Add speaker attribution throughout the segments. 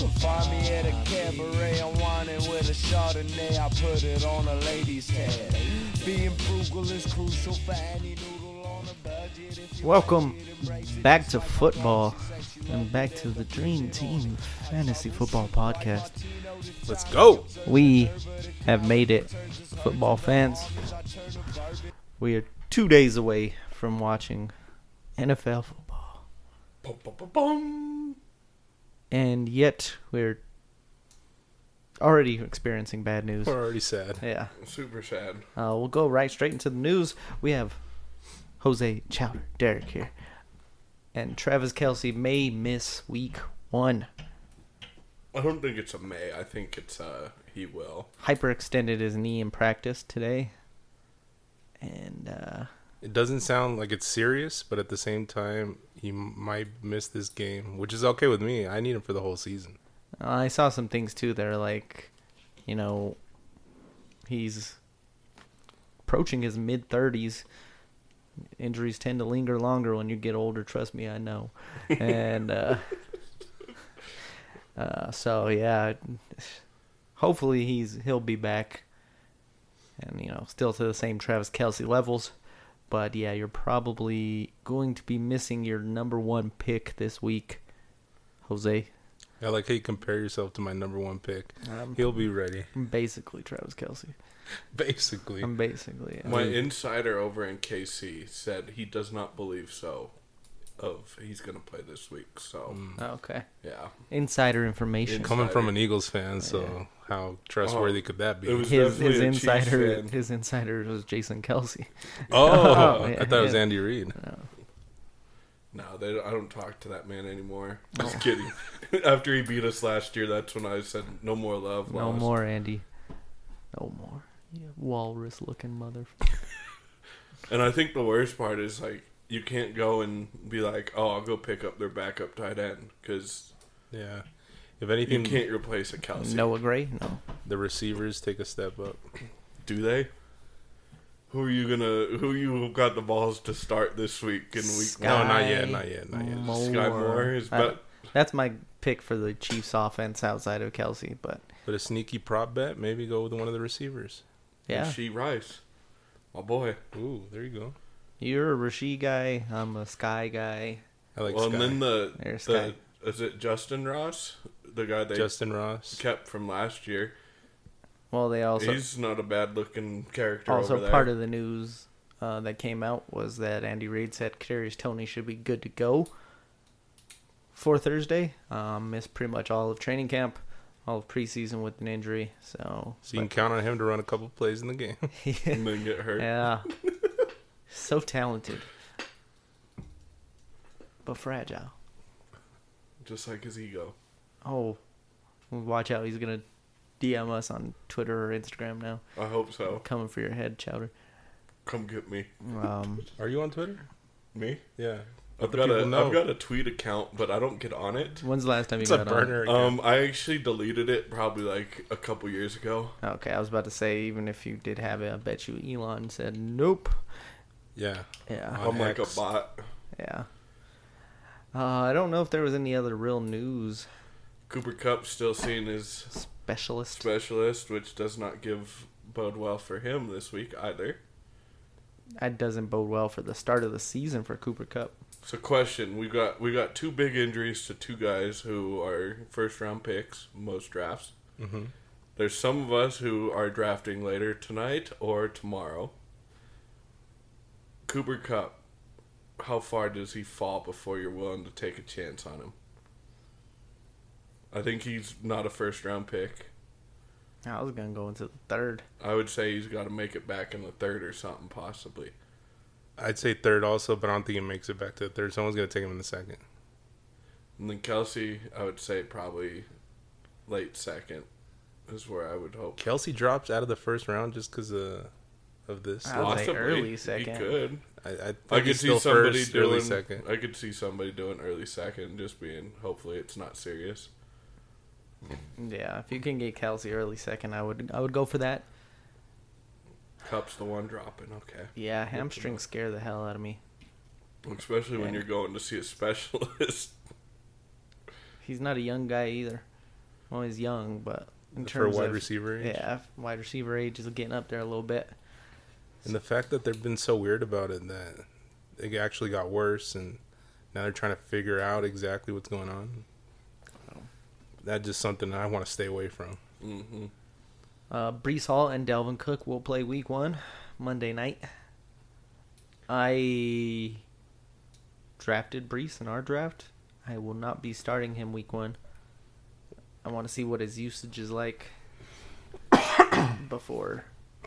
Speaker 1: Find me at a cabaret, I'm whining with a Chardonnay. I put it on a lady's head. Being frugal is crucial for any noodle on a budget. If you
Speaker 2: Welcome
Speaker 1: budget, it breaks it
Speaker 2: back
Speaker 1: just
Speaker 2: to
Speaker 1: like a
Speaker 2: football
Speaker 1: bunch of
Speaker 2: and back to the Dream Team Fantasy Football Podcast.
Speaker 3: Let's go.
Speaker 2: We have made it, football fans. We are two days away from watching NFL football,
Speaker 3: Bum, bum, bum, bum.
Speaker 2: and yet we're already experiencing bad news.
Speaker 3: We're already sad.
Speaker 2: Yeah,
Speaker 3: Super sad.
Speaker 2: uh, we'll go right straight into the news. We have Jose Chowder, Derek here, and Travis Kelsey may miss Week One.
Speaker 3: I don't think it's a May. I think it's uh he will.
Speaker 2: hyperextended his knee in practice today, and uh,
Speaker 3: It doesn't sound like it's serious, but at the same time, he m- might miss this game, which is okay with me. I need him for the whole season.
Speaker 2: I saw some things too that are like, you know, he's approaching his mid thirties. Injuries tend to linger longer when you get older. Trust me, I know. And uh, uh, so yeah, hopefully he's he'll be back, and you know, still to the same Travis Kelsey levels. But yeah, you're probably going to be missing your number one pick this week, Jose.
Speaker 3: I like how you compare yourself to my number one pick. He'll be ready,
Speaker 2: I'm basically Travis Kelsey.
Speaker 3: basically.
Speaker 2: I'm basically. yeah.
Speaker 4: My insider over in KC said he does not believe so. Of he's gonna play this week, so
Speaker 2: Oh, okay.
Speaker 4: yeah.
Speaker 2: Insider information.
Speaker 4: Come-
Speaker 3: Coming from an Eagles fan, so how trustworthy could that be?
Speaker 4: It was
Speaker 2: His
Speaker 4: definitely
Speaker 2: his
Speaker 4: a Chiefs
Speaker 2: insider
Speaker 4: fan.
Speaker 2: his insider was Jason Kelsey.
Speaker 3: oh,
Speaker 2: yeah,
Speaker 3: I thought it was
Speaker 2: yeah.
Speaker 3: Andy Reid.
Speaker 4: No, they, I don't talk to that man anymore. Just kidding. After he beat us last year, that's when I said no more love.
Speaker 2: No
Speaker 4: lost."
Speaker 2: more Andy. No more. You walrus looking mother.
Speaker 4: And I think the worst part is like you can't go and be like, oh, I'll go pick up their backup tight end because
Speaker 3: Yeah. If
Speaker 4: you
Speaker 3: anything,
Speaker 4: can't replace a Kelsey.
Speaker 2: Noah Gray. No.
Speaker 3: the receivers take a step up.
Speaker 4: do they? Who are you gonna? Who you got the balls to start this week in week
Speaker 2: Sky-
Speaker 3: No,
Speaker 4: one?
Speaker 3: not yet, not yet, not yet.
Speaker 2: Moore.
Speaker 4: Sky Moore is
Speaker 2: Uh,
Speaker 4: bet-
Speaker 2: that's my pick for the Chiefs offense outside of Kelsey, but
Speaker 3: But a sneaky prop bet, maybe go with one of the receivers.
Speaker 2: yeah,
Speaker 4: She Rice, my boy.
Speaker 3: Ooh, there you go.
Speaker 2: you're a Rasheed guy. I'm a Sky guy.
Speaker 3: I like
Speaker 4: well,
Speaker 3: Sky.
Speaker 4: and then the,
Speaker 2: There's
Speaker 4: the is it Justin Ross, the guy they
Speaker 3: Justin Ross.
Speaker 4: kept from last year?
Speaker 2: Well, they also
Speaker 4: He's not a bad looking character. over
Speaker 2: Also,
Speaker 4: there.
Speaker 2: part of the news uh, that came out was that Andy Reid said Kadarius Tony should be good to go for Thursday. Um, missed pretty much all of training camp, all of preseason with an injury. So,
Speaker 3: So you can count on him to run a couple plays in the game.
Speaker 4: and then get hurt.
Speaker 2: yeah, so talented, but fragile.
Speaker 4: just like his ego.
Speaker 2: Oh, watch out! He's gonna DM us on Twitter or Instagram now.
Speaker 4: I hope
Speaker 3: Oh.
Speaker 4: so.
Speaker 2: Coming for your head, Chowder.
Speaker 4: Come get me.
Speaker 2: Um,
Speaker 3: Are you on Twitter?
Speaker 4: Me?
Speaker 3: Yeah.
Speaker 4: I've
Speaker 3: Let the
Speaker 4: got
Speaker 3: people
Speaker 4: a
Speaker 3: know.
Speaker 4: have got a tweet account, but I don't get on it.
Speaker 2: when's the last time you
Speaker 3: it's a
Speaker 2: got on?
Speaker 3: burner. account.
Speaker 4: Um, I actually deleted it probably like a couple years ago.
Speaker 2: Okay, I was about to say even if you did have it, I bet you Elon said nope.
Speaker 3: yeah.
Speaker 2: Yeah,
Speaker 3: Wow.
Speaker 4: I'm like a
Speaker 3: X.
Speaker 4: bot.
Speaker 2: yeah. Uh, I don't know if there was any other real news
Speaker 4: Cooper Cup's still seen his
Speaker 2: specialist.
Speaker 4: specialist, which does not give bode well for him this week either.
Speaker 2: That doesn't bode well for the start of the season for Cooper Cup.
Speaker 4: So question, we got we got two big injuries to two guys who are first round picks most drafts.
Speaker 3: Mhm.
Speaker 4: There's some of us who are drafting later tonight or tomorrow. Cooper Cup, how far does he fall before you're willing to take a chance on him? I think he's not a first round pick.
Speaker 2: I was gonna go into the third.
Speaker 4: I would say he's got to make it back in the third or something possibly.
Speaker 3: I'd say third also, but I don't think he makes it back to the third. Someone's gonna take him in the second.
Speaker 4: And then Kelsey, I would say probably late second is where I would hope.
Speaker 3: Kelsey drops out of the first round just because uh, of this.
Speaker 4: Ah.
Speaker 2: I would say early second.
Speaker 4: He could.
Speaker 3: I, I think
Speaker 4: I could
Speaker 3: he's
Speaker 4: see
Speaker 3: still
Speaker 4: somebody
Speaker 3: first,
Speaker 4: doing.
Speaker 3: early second.
Speaker 4: I could see somebody doing early second, just being. Hopefully, it's not serious.
Speaker 2: Yeah, if you can get Kelsey early second, I would I would go for that.
Speaker 4: Cup's the one dropping. Okay,
Speaker 2: Yeah, hamstrings scare the hell out of me.
Speaker 4: especially when
Speaker 2: And-
Speaker 4: you're going to see a specialist.
Speaker 2: He's not a young guy either. Well, he's young, but in
Speaker 3: for a
Speaker 2: terms
Speaker 3: wide
Speaker 2: of
Speaker 3: receiver. age.
Speaker 2: yeah, wide receiver age is getting up there a little bit.
Speaker 3: And the fact that they've been so weird about it that it actually got worse and now they're trying to figure out exactly what's going on. That's just something I want to stay away from.
Speaker 4: Mm-hmm.
Speaker 2: Uh, Brees Hall and Delvin Cook will play Week One, Monday night. I drafted Brees in our draft. I will not be starting him Week One. I want to see what his usage is like before.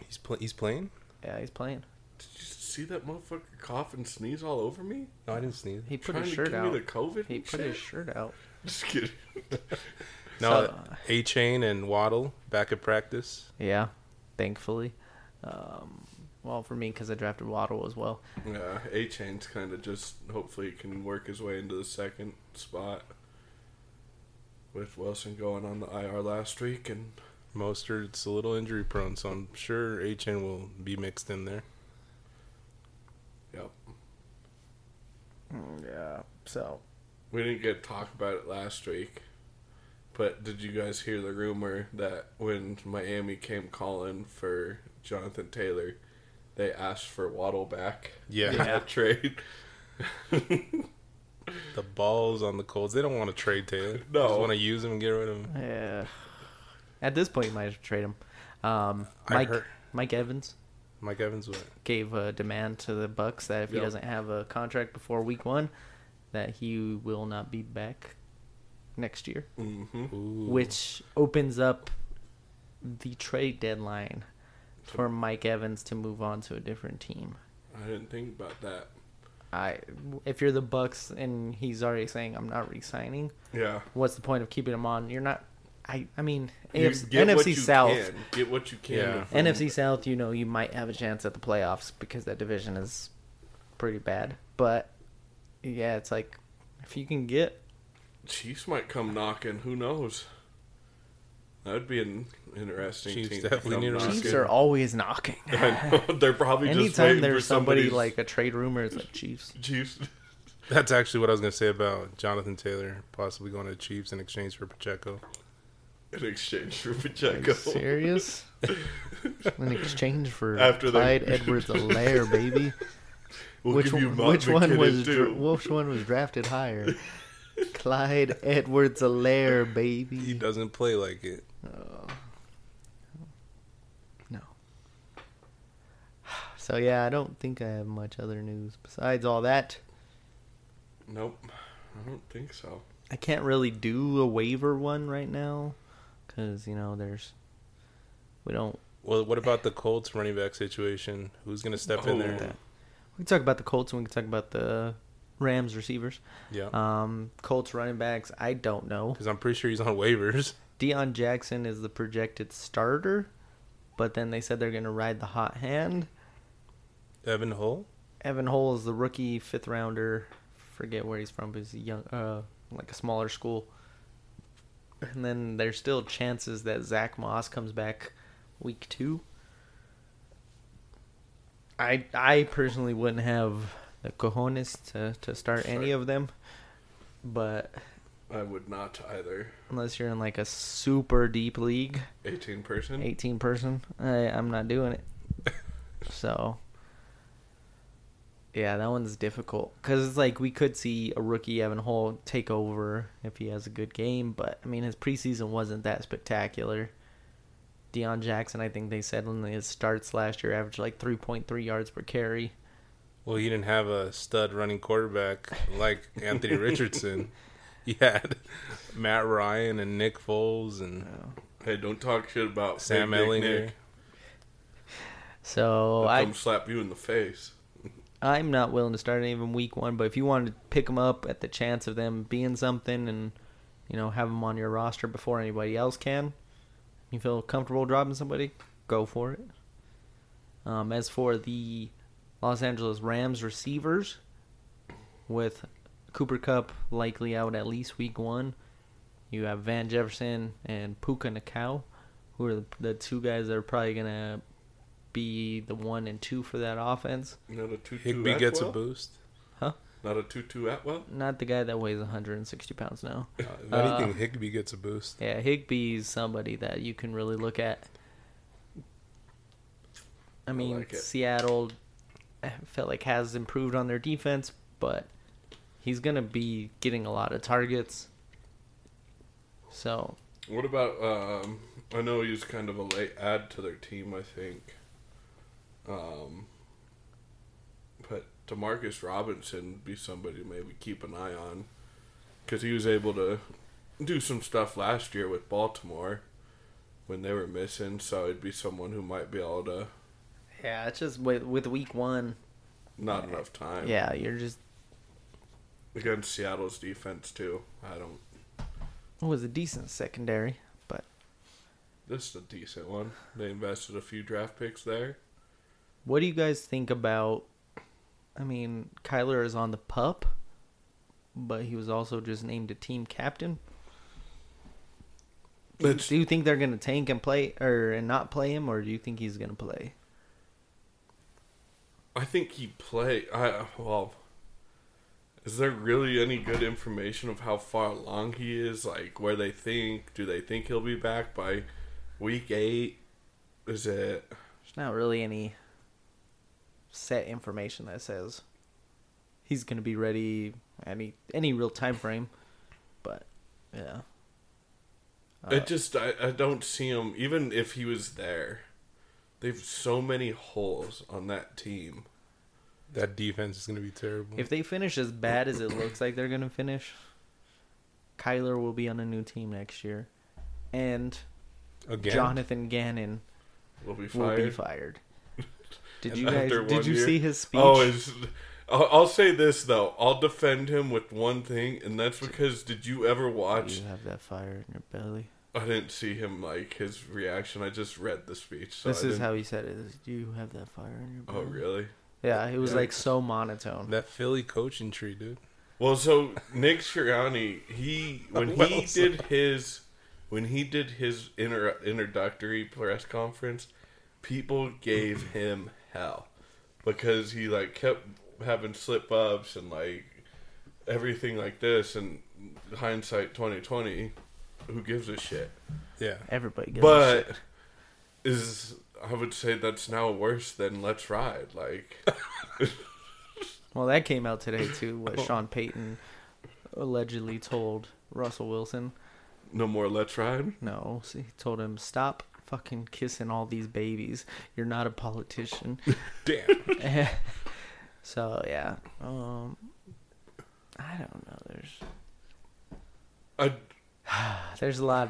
Speaker 3: He's pl- he's playing?
Speaker 2: Yeah, he's playing.
Speaker 4: Did you see that motherfucker cough and sneeze all over me?
Speaker 3: No, I didn't sneeze.
Speaker 2: He put
Speaker 4: Trying
Speaker 2: his
Speaker 4: to
Speaker 2: shirt
Speaker 4: give
Speaker 2: out.
Speaker 4: me the COVID.
Speaker 2: He
Speaker 4: and
Speaker 2: put his
Speaker 4: shit?
Speaker 2: shirt out.
Speaker 4: Just kidding.
Speaker 3: No,
Speaker 2: So-
Speaker 3: A Chain and Waddle back at practice.
Speaker 2: Yeah, thankfully. Um, well, for me, because I drafted Waddle as well.
Speaker 4: yeah, A Chain's kind of just hopefully can work his way into the second spot. With Wilson going on the IR last week, and
Speaker 3: Mostert's a little injury prone, so I'm sure A Chain will be mixed in there.
Speaker 4: yep, Mm,
Speaker 2: Yeah. So
Speaker 4: we didn't get to talk about it last week. But did you guys hear the rumor that when Miami came calling for Jonathan Taylor, they asked for Waddle back?
Speaker 3: Yeah.
Speaker 4: in that trade.
Speaker 3: The balls on the Colts. They don't want to trade Taylor.
Speaker 4: No.
Speaker 3: They just want to use him and get rid of him.
Speaker 2: yeah. At this point, you might as well trade him. Um,
Speaker 3: I
Speaker 2: Mike
Speaker 3: heard-
Speaker 2: Mike Evans
Speaker 3: Mike Evans what?
Speaker 2: gave a demand to the Bucks that if he
Speaker 4: Yep.
Speaker 2: doesn't have a contract before Week One, that he will not be back next year,
Speaker 4: mm-hmm.
Speaker 3: Ooh.
Speaker 2: which opens up the trade deadline for Mike Evans to move on to a different team.
Speaker 4: I didn't think about that.
Speaker 2: I if you're the Bucks and he's already saying I'm not re-signing,
Speaker 4: Yeah.
Speaker 2: what's the point of keeping him on? You're not. I I mean
Speaker 4: You
Speaker 2: AFC,
Speaker 4: get what
Speaker 2: NFC
Speaker 4: you
Speaker 2: South.
Speaker 4: Can. Get what you can.
Speaker 3: Yeah.
Speaker 4: from-
Speaker 2: NFC South, you know, you might have a chance at the playoffs because that division is pretty bad. But yeah, it's like if you can get
Speaker 4: Chiefs might come knocking. Who knows? That would be an interesting
Speaker 3: Chiefs
Speaker 4: team.
Speaker 3: definitely need a
Speaker 4: to
Speaker 3: Not
Speaker 2: Chiefs
Speaker 3: good.
Speaker 2: are always knocking.
Speaker 4: I know. They're probably just
Speaker 2: Anytime
Speaker 4: waiting for
Speaker 2: there's somebody
Speaker 4: somebody's-
Speaker 2: like a trade rumor, it's like Chiefs.
Speaker 4: Chiefs.
Speaker 3: That's actually what I was going to say about Jonathan Taylor possibly going to the Chiefs in exchange for Pacheco.
Speaker 4: In exchange for
Speaker 2: Are
Speaker 4: Pacheco.
Speaker 2: you serious? In exchange for
Speaker 4: After they-
Speaker 2: Clyde Edwards Alaire, baby.
Speaker 4: We'll
Speaker 2: which
Speaker 4: give you
Speaker 2: one, which one was dra-
Speaker 4: too.
Speaker 2: which one was drafted higher? Clyde Edwards Alaire,
Speaker 3: He
Speaker 2: baby.
Speaker 3: doesn't play like it.
Speaker 2: No. So yeah, I don't think I have much other news besides all that.
Speaker 4: Nope. I don't think so.
Speaker 2: I can't really do a waiver one right now because you know there's we don't.
Speaker 3: Well, what about the Colts running back situation? Who's going to step in there?
Speaker 2: We can talk about the Colts and we can talk about the Rams receivers.
Speaker 3: Yeah.
Speaker 2: Um, Colts running backs, I don't know.
Speaker 3: Because I'm pretty sure he's on waivers.
Speaker 2: Deion Jackson is the projected starter, but then they said they're going to ride the hot hand.
Speaker 3: Evan Hull?
Speaker 2: Evan Hole is the rookie fifth rounder. Forget where he's from, but he's a young, uh, like a smaller school. And then there's still chances that Zach Moss comes back week two. I I personally wouldn't have the cojones to, to start any
Speaker 4: Sorry.
Speaker 2: of them, but
Speaker 4: I would not either.
Speaker 2: unless you're in like a super deep league,
Speaker 4: 18 person.
Speaker 2: 18 person. I, I'm not doing it. so, yeah, that one's difficult because it's like we could see a rookie Evan Hall take over if he has a good game, but I mean his preseason wasn't that spectacular. Deion Jackson, I think they said in his starts last year, averaged like 3.3 yards per carry.
Speaker 3: Well, he didn't have a stud running quarterback like Anthony Richardson. He had Matt Ryan and Nick Foles and
Speaker 4: Hey, don't talk shit about
Speaker 3: Sam
Speaker 4: Big Dick
Speaker 3: Ellinger.
Speaker 4: Nick.
Speaker 2: So
Speaker 4: He'll
Speaker 2: Oh, I,
Speaker 4: come slap you in the face.
Speaker 2: I'm not willing to start any of them week one, but if you wanted to pick them up at the chance of them being something and, you know, have them on your roster before anybody else can, you feel comfortable dropping somebody, go for it. Um, as for the Los Angeles Rams receivers, with Cooper Cup likely out at least week one, you have Van Jefferson and Puka Nakau, who are the, the two guys that are probably going to be the one and two for that offense.
Speaker 4: You know the two
Speaker 3: Higby gets a boost.
Speaker 2: Huh?
Speaker 4: Not a Tutu Atwell?
Speaker 2: Not the guy that weighs 160 pounds now.
Speaker 3: Uh, if anything, Higby gets a boost.
Speaker 2: Yeah, Higby's somebody that you can really look at. I mean,
Speaker 4: like it.
Speaker 2: Seattle I felt like has improved on their defense, but he's gonna be getting a lot of targets. So
Speaker 4: What about? Um, I know he was kind of a late add to their team. I think. Um, but Demarcus Robinson would be somebody to maybe keep an eye on, because he was able to do some stuff last year with Baltimore when they were missing. So it'd be someone who might be able to.
Speaker 2: yeah, it's just with with week one.
Speaker 4: Not enough time.
Speaker 2: Yeah, you're just
Speaker 4: Against Seattle's defense too. I don't.
Speaker 2: it was a decent secondary, but
Speaker 4: This is a decent one. They invested a few draft picks there.
Speaker 2: What do you guys think about? I mean, Kyler is on the pup, but he was also just named a team captain. Do you,
Speaker 4: Let's-
Speaker 2: do you think they're gonna tank and play or and not play him, or do you think he's gonna play?
Speaker 4: I think he play. I well, is there really any good information of how far along he is? Like where they think? Do they think he'll be back by week eight? Is it?
Speaker 2: There's not really any set information that says he's gonna be ready any any real time frame, but yeah,
Speaker 4: it just I, I don't see him. Even if he was there, they've so many holes on that team.
Speaker 3: That defense is going to be terrible.
Speaker 2: if they finish as bad as it looks like they're gonna finish, Kyler will be on a new team next year, and
Speaker 3: Again,
Speaker 2: Jonathan Gannon
Speaker 4: Will be
Speaker 2: will
Speaker 4: fired.
Speaker 2: be fired. Did you guys?
Speaker 4: After one
Speaker 2: Did you
Speaker 4: year.
Speaker 2: see his speech?
Speaker 4: Oh, is I'll I'll say this though. I'll defend him with one thing, and that's because did you ever watch
Speaker 2: you have that fire in your belly.
Speaker 4: I didn't see him like his reaction. I just read the speech. So
Speaker 2: This
Speaker 4: I
Speaker 2: is
Speaker 4: didn't-
Speaker 2: how he said it: is, "Do you have that fire in your belly?"
Speaker 4: Oh really?
Speaker 2: Yeah, it was
Speaker 4: Yeah.
Speaker 2: like so monotone.
Speaker 3: that Philly coaching tree, dude.
Speaker 4: Well, so Nick Sirianni, he when he
Speaker 3: Well said.
Speaker 4: did his when he did his inter- introductory press conference, people gave him hell because he like kept having slip ups and like everything like this. And hindsight twenty twenty, who gives a shit?
Speaker 3: Yeah.
Speaker 2: Everybody gives a
Speaker 4: but
Speaker 2: shit.
Speaker 4: is I would say that's now worse than Let's Ride. Like
Speaker 2: Well, that came out today too. What Sean Payton allegedly told Russell Wilson.
Speaker 4: no more Let's Ride.
Speaker 2: No, see, he told him stop fucking kissing all these babies. You're not a politician.
Speaker 3: Damn.
Speaker 2: so yeah, um, I don't know. There's
Speaker 4: I
Speaker 2: There's a lot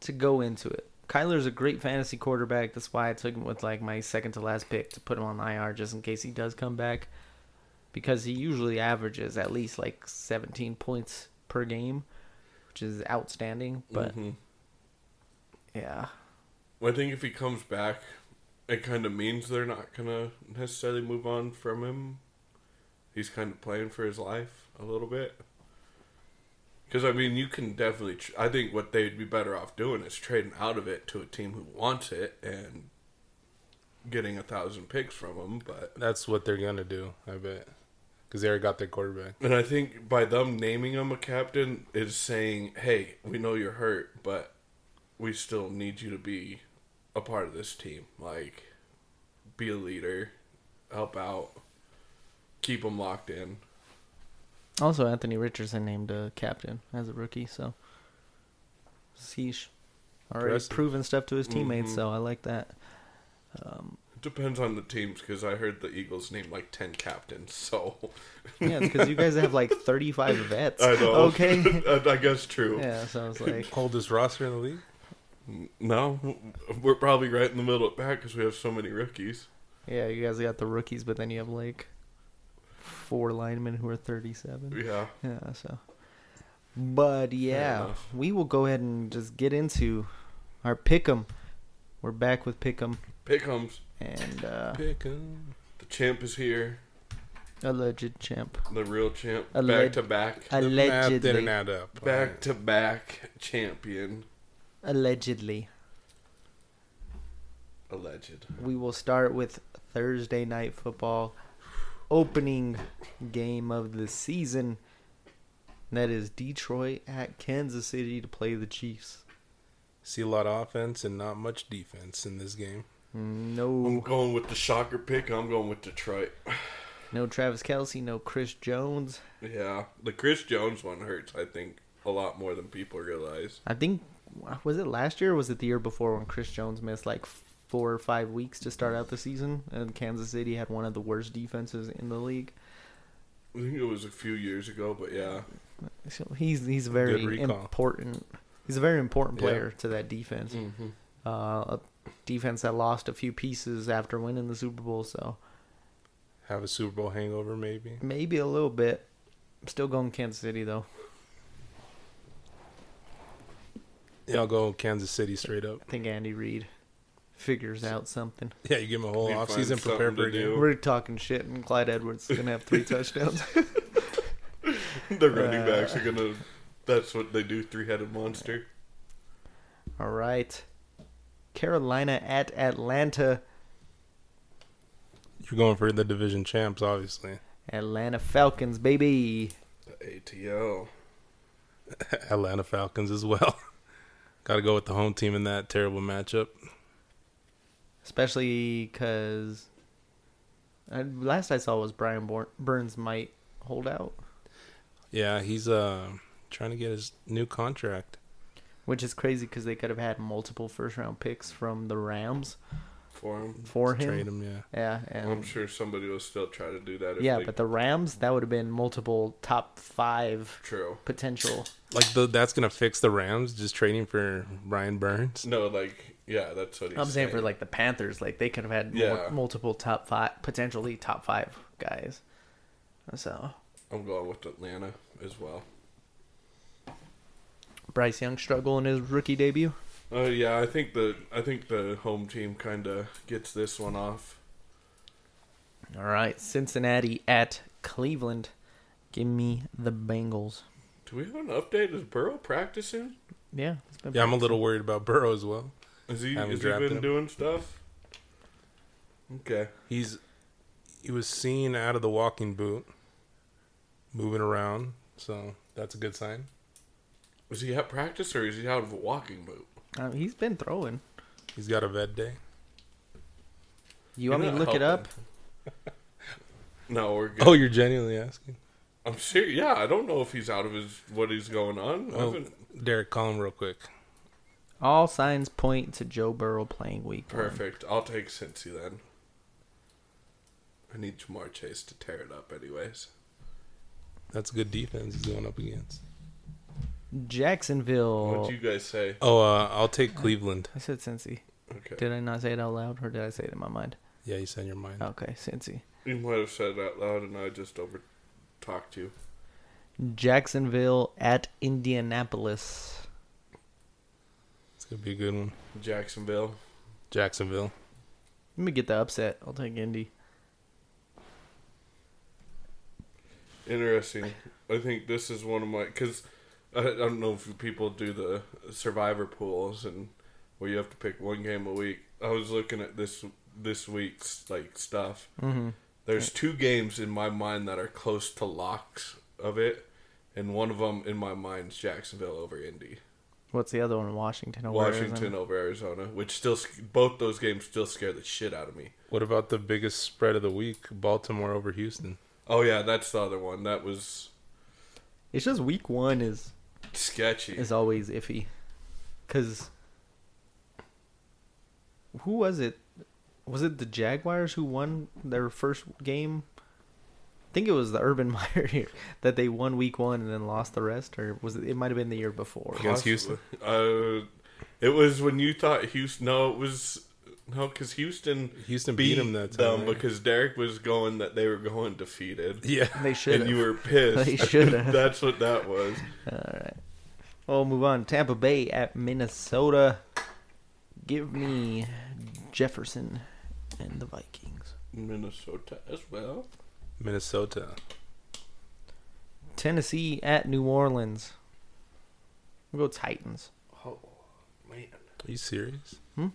Speaker 2: to go into it. Kyler's a great fantasy quarterback. That's why I took him with like my second to last pick to put him on IR just in case he does come back. Because he usually averages at least like 17 points per game, which is outstanding. But
Speaker 4: Mhm.
Speaker 2: yeah,
Speaker 4: I think if he comes back, it kind of means they're not gonna necessarily move on from him. He's kind of playing for his life a little bit. Because I mean, you can definitely. Tr- I think what they'd be better off doing is trading out of it to a team who wants it and getting a thousand picks from him. But
Speaker 3: That's what they're going to do, I bet. Because they already got their quarterback.
Speaker 4: And I think by them naming him a captain is saying, "Hey, we know you're hurt, but we still need you to be a part of this team. Like, be a leader, help out, keep them locked in."
Speaker 2: Also, Anthony Richardson named a captain as a rookie, so he's already
Speaker 3: Impressive.
Speaker 2: proven stuff to his teammates.
Speaker 4: Mhm.
Speaker 2: So I like that. Um,
Speaker 4: It depends on the teams because I heard the Eagles named like ten captains. So
Speaker 2: yeah, it's because you guys have like 35 vets.
Speaker 4: I know.
Speaker 2: Okay.
Speaker 4: I guess true.
Speaker 2: yeah, so I was like,
Speaker 3: Oldest roster in the league?
Speaker 4: No, we're probably right in the middle of back because we have so many rookies.
Speaker 2: yeah, you guys got the rookies, but then you have like four linemen who are 37.
Speaker 4: Yeah.
Speaker 2: Yeah, so. But yeah,
Speaker 4: enough.
Speaker 2: we will go ahead and just get into our pick 'em. We're back with pick 'em,
Speaker 4: Pickums.
Speaker 2: and uh,
Speaker 3: Pick 'em.
Speaker 4: The champ is here.
Speaker 2: alleged champ.
Speaker 4: The real champ.
Speaker 2: Alleg-
Speaker 4: Back to back.
Speaker 3: The math didn't
Speaker 2: Allegedly.
Speaker 3: add up.
Speaker 4: back to back champion
Speaker 2: Allegedly.
Speaker 4: alleged
Speaker 2: We will start with Thursday night football. opening game of the season. And that is Detroit at Kansas City to play the Chiefs.
Speaker 3: See a lot of offense and not much defense in this game.
Speaker 4: I'm
Speaker 2: No,
Speaker 4: going with the shocker pick. I'm going with Detroit.
Speaker 2: no Travis Kelsey, no Chris Jones.
Speaker 4: Yeah, the Chris Jones one hurts. I think a lot more than people realize.
Speaker 2: I think was it last year or was it the year before when Chris Jones missed like four or five weeks to start out the season, and Kansas City had one of the worst defenses in the league.
Speaker 4: I think it was a few years ago, but yeah,
Speaker 2: So he's he's very
Speaker 3: recall.
Speaker 2: important. He's a very important
Speaker 4: Yeah.
Speaker 2: player to that defense. Uh, a defense that lost a few pieces after winning the Super Bowl, so
Speaker 3: Have a Super Bowl hangover, maybe.
Speaker 2: maybe a little bit. I'm still going Kansas City though.
Speaker 3: Yeah, I'll go Kansas City straight up.
Speaker 2: I think Andy Reid figures out something.
Speaker 3: Yeah, you give him a whole
Speaker 4: He finds
Speaker 3: offseason prepare
Speaker 4: something
Speaker 3: for a
Speaker 4: to do.
Speaker 3: game.
Speaker 2: We're talking shit, and Clyde Edwards is gonna have three touchdowns.
Speaker 4: the running
Speaker 2: Uh,
Speaker 4: backs are gonna. That's what they do. Three headed monster.
Speaker 2: All right, Carolina at Atlanta.
Speaker 3: You're going for the division champs, obviously.
Speaker 2: Atlanta Falcons, baby.
Speaker 4: The ATL.
Speaker 3: Atlanta Falcons as well. Got to go with the home team in that terrible matchup.
Speaker 2: Especially because last I saw was Brian Bor- Burns might hold out,
Speaker 3: Yeah, he's uh trying to get his new contract.
Speaker 2: which is crazy because they could have had multiple first round picks from the Rams
Speaker 4: for him.
Speaker 2: for him.
Speaker 3: Trade him, yeah.
Speaker 2: Yeah,
Speaker 4: I'm
Speaker 2: and
Speaker 4: sure somebody will still try to do that. If
Speaker 2: yeah,
Speaker 4: they,
Speaker 2: but the Rams that would have been multiple top five
Speaker 4: true.
Speaker 2: potential.
Speaker 3: Like the, that's gonna fix the Rams just trading for Brian Burns.
Speaker 4: No, like yeah, that's what he's
Speaker 2: I'm saying for like the Panthers, like they could have had mul-
Speaker 4: Yeah.
Speaker 2: multiple top five, potentially top five guys. So
Speaker 4: I'm going with Atlanta as well.
Speaker 2: Bryce Young struggle in his rookie debut.
Speaker 4: Uh, yeah, I think the I think the home team kind of gets this one off.
Speaker 2: All right, Cincinnati at Cleveland. Give me the Bengals.
Speaker 4: Do we have an update? Is Burrow practicing?
Speaker 2: Yeah, it's been
Speaker 3: Yeah, I'm a little worried about Burrow as well.
Speaker 4: Is he?
Speaker 3: Haven't
Speaker 4: Has he
Speaker 3: drafted
Speaker 4: been
Speaker 3: him.
Speaker 4: doing stuff? Okay.
Speaker 3: He's he was seen out of the walking boot, moving around, so that's a good sign.
Speaker 4: Is he at practice or is he out of a walking boot?
Speaker 2: Uh, he's been throwing.
Speaker 3: He's got a vet day.
Speaker 2: You want me
Speaker 4: You're
Speaker 2: to
Speaker 4: not
Speaker 2: look it up?
Speaker 4: helping. no, we're good.
Speaker 3: Oh, you're genuinely asking.
Speaker 4: I'm serious. Yeah, I don't know if he's out of his what he's going on. I
Speaker 3: Well,
Speaker 4: haven't-
Speaker 3: Derek, call him real quick.
Speaker 2: All signs point to Joe Burrow playing week one.
Speaker 4: Perfect. I'll take Cincy then. I need Jamar Chase to tear it up, anyways.
Speaker 3: That's good defense he's going up against.
Speaker 2: Jacksonville.
Speaker 4: What'd you guys say?
Speaker 3: Oh, uh, I'll take Cleveland.
Speaker 2: I said Cincy.
Speaker 4: Okay.
Speaker 2: Did I not say it out loud, or did I say it in my mind?
Speaker 3: Yeah, you said your mind.
Speaker 2: Okay, Cincy.
Speaker 4: You might have said it out loud, and I just over talked you.
Speaker 2: Jacksonville at Indianapolis.
Speaker 3: It's gonna be a good one.
Speaker 4: Jacksonville.
Speaker 3: Jacksonville.
Speaker 2: Let me get the upset. I'll take Indy.
Speaker 4: Interesting. I think this is one of my because I, I don't know if people do the survivor pools and where you have to pick one game a week. I was looking at this this week's like stuff.
Speaker 2: Mhm.
Speaker 4: There's two games in my mind that are close to locks of it, and one of them in my mind's Jacksonville over Indy,
Speaker 2: What's the other one? Washington over Arizona?
Speaker 4: Washington over Arizona, which still sc- both those games still scare the shit out of me.
Speaker 3: What about the biggest spread of the week? Baltimore over Houston.
Speaker 4: Oh yeah, that's the other one. That was
Speaker 2: It's just week one is
Speaker 4: sketchy.
Speaker 2: is always iffy. Because who was it? Was it the Jaguars who won their first game? I think it was the Urban Meyer here that they won week one and then lost the rest, or was it? It might have been the year before.
Speaker 3: Against Houston?
Speaker 4: Uh, it was when you thought Houston. No, it was no because Houston
Speaker 3: Houston
Speaker 4: beat,
Speaker 3: beat, him that
Speaker 4: them
Speaker 3: time. right?
Speaker 4: because Derek was going that they were going defeated,
Speaker 3: yeah,
Speaker 2: They should.
Speaker 4: and you
Speaker 2: have.
Speaker 4: were pissed.
Speaker 2: They should've.
Speaker 4: That's what that was.
Speaker 2: We'll Oh, move on. Tampa Bay at Minnesota. Give me Jefferson and the Vikings.
Speaker 4: Minnesota as well.
Speaker 3: Minnesota.
Speaker 2: Tennessee at New Orleans. We'll go Titans.
Speaker 4: Oh man,
Speaker 3: Are you serious?
Speaker 2: Hmm?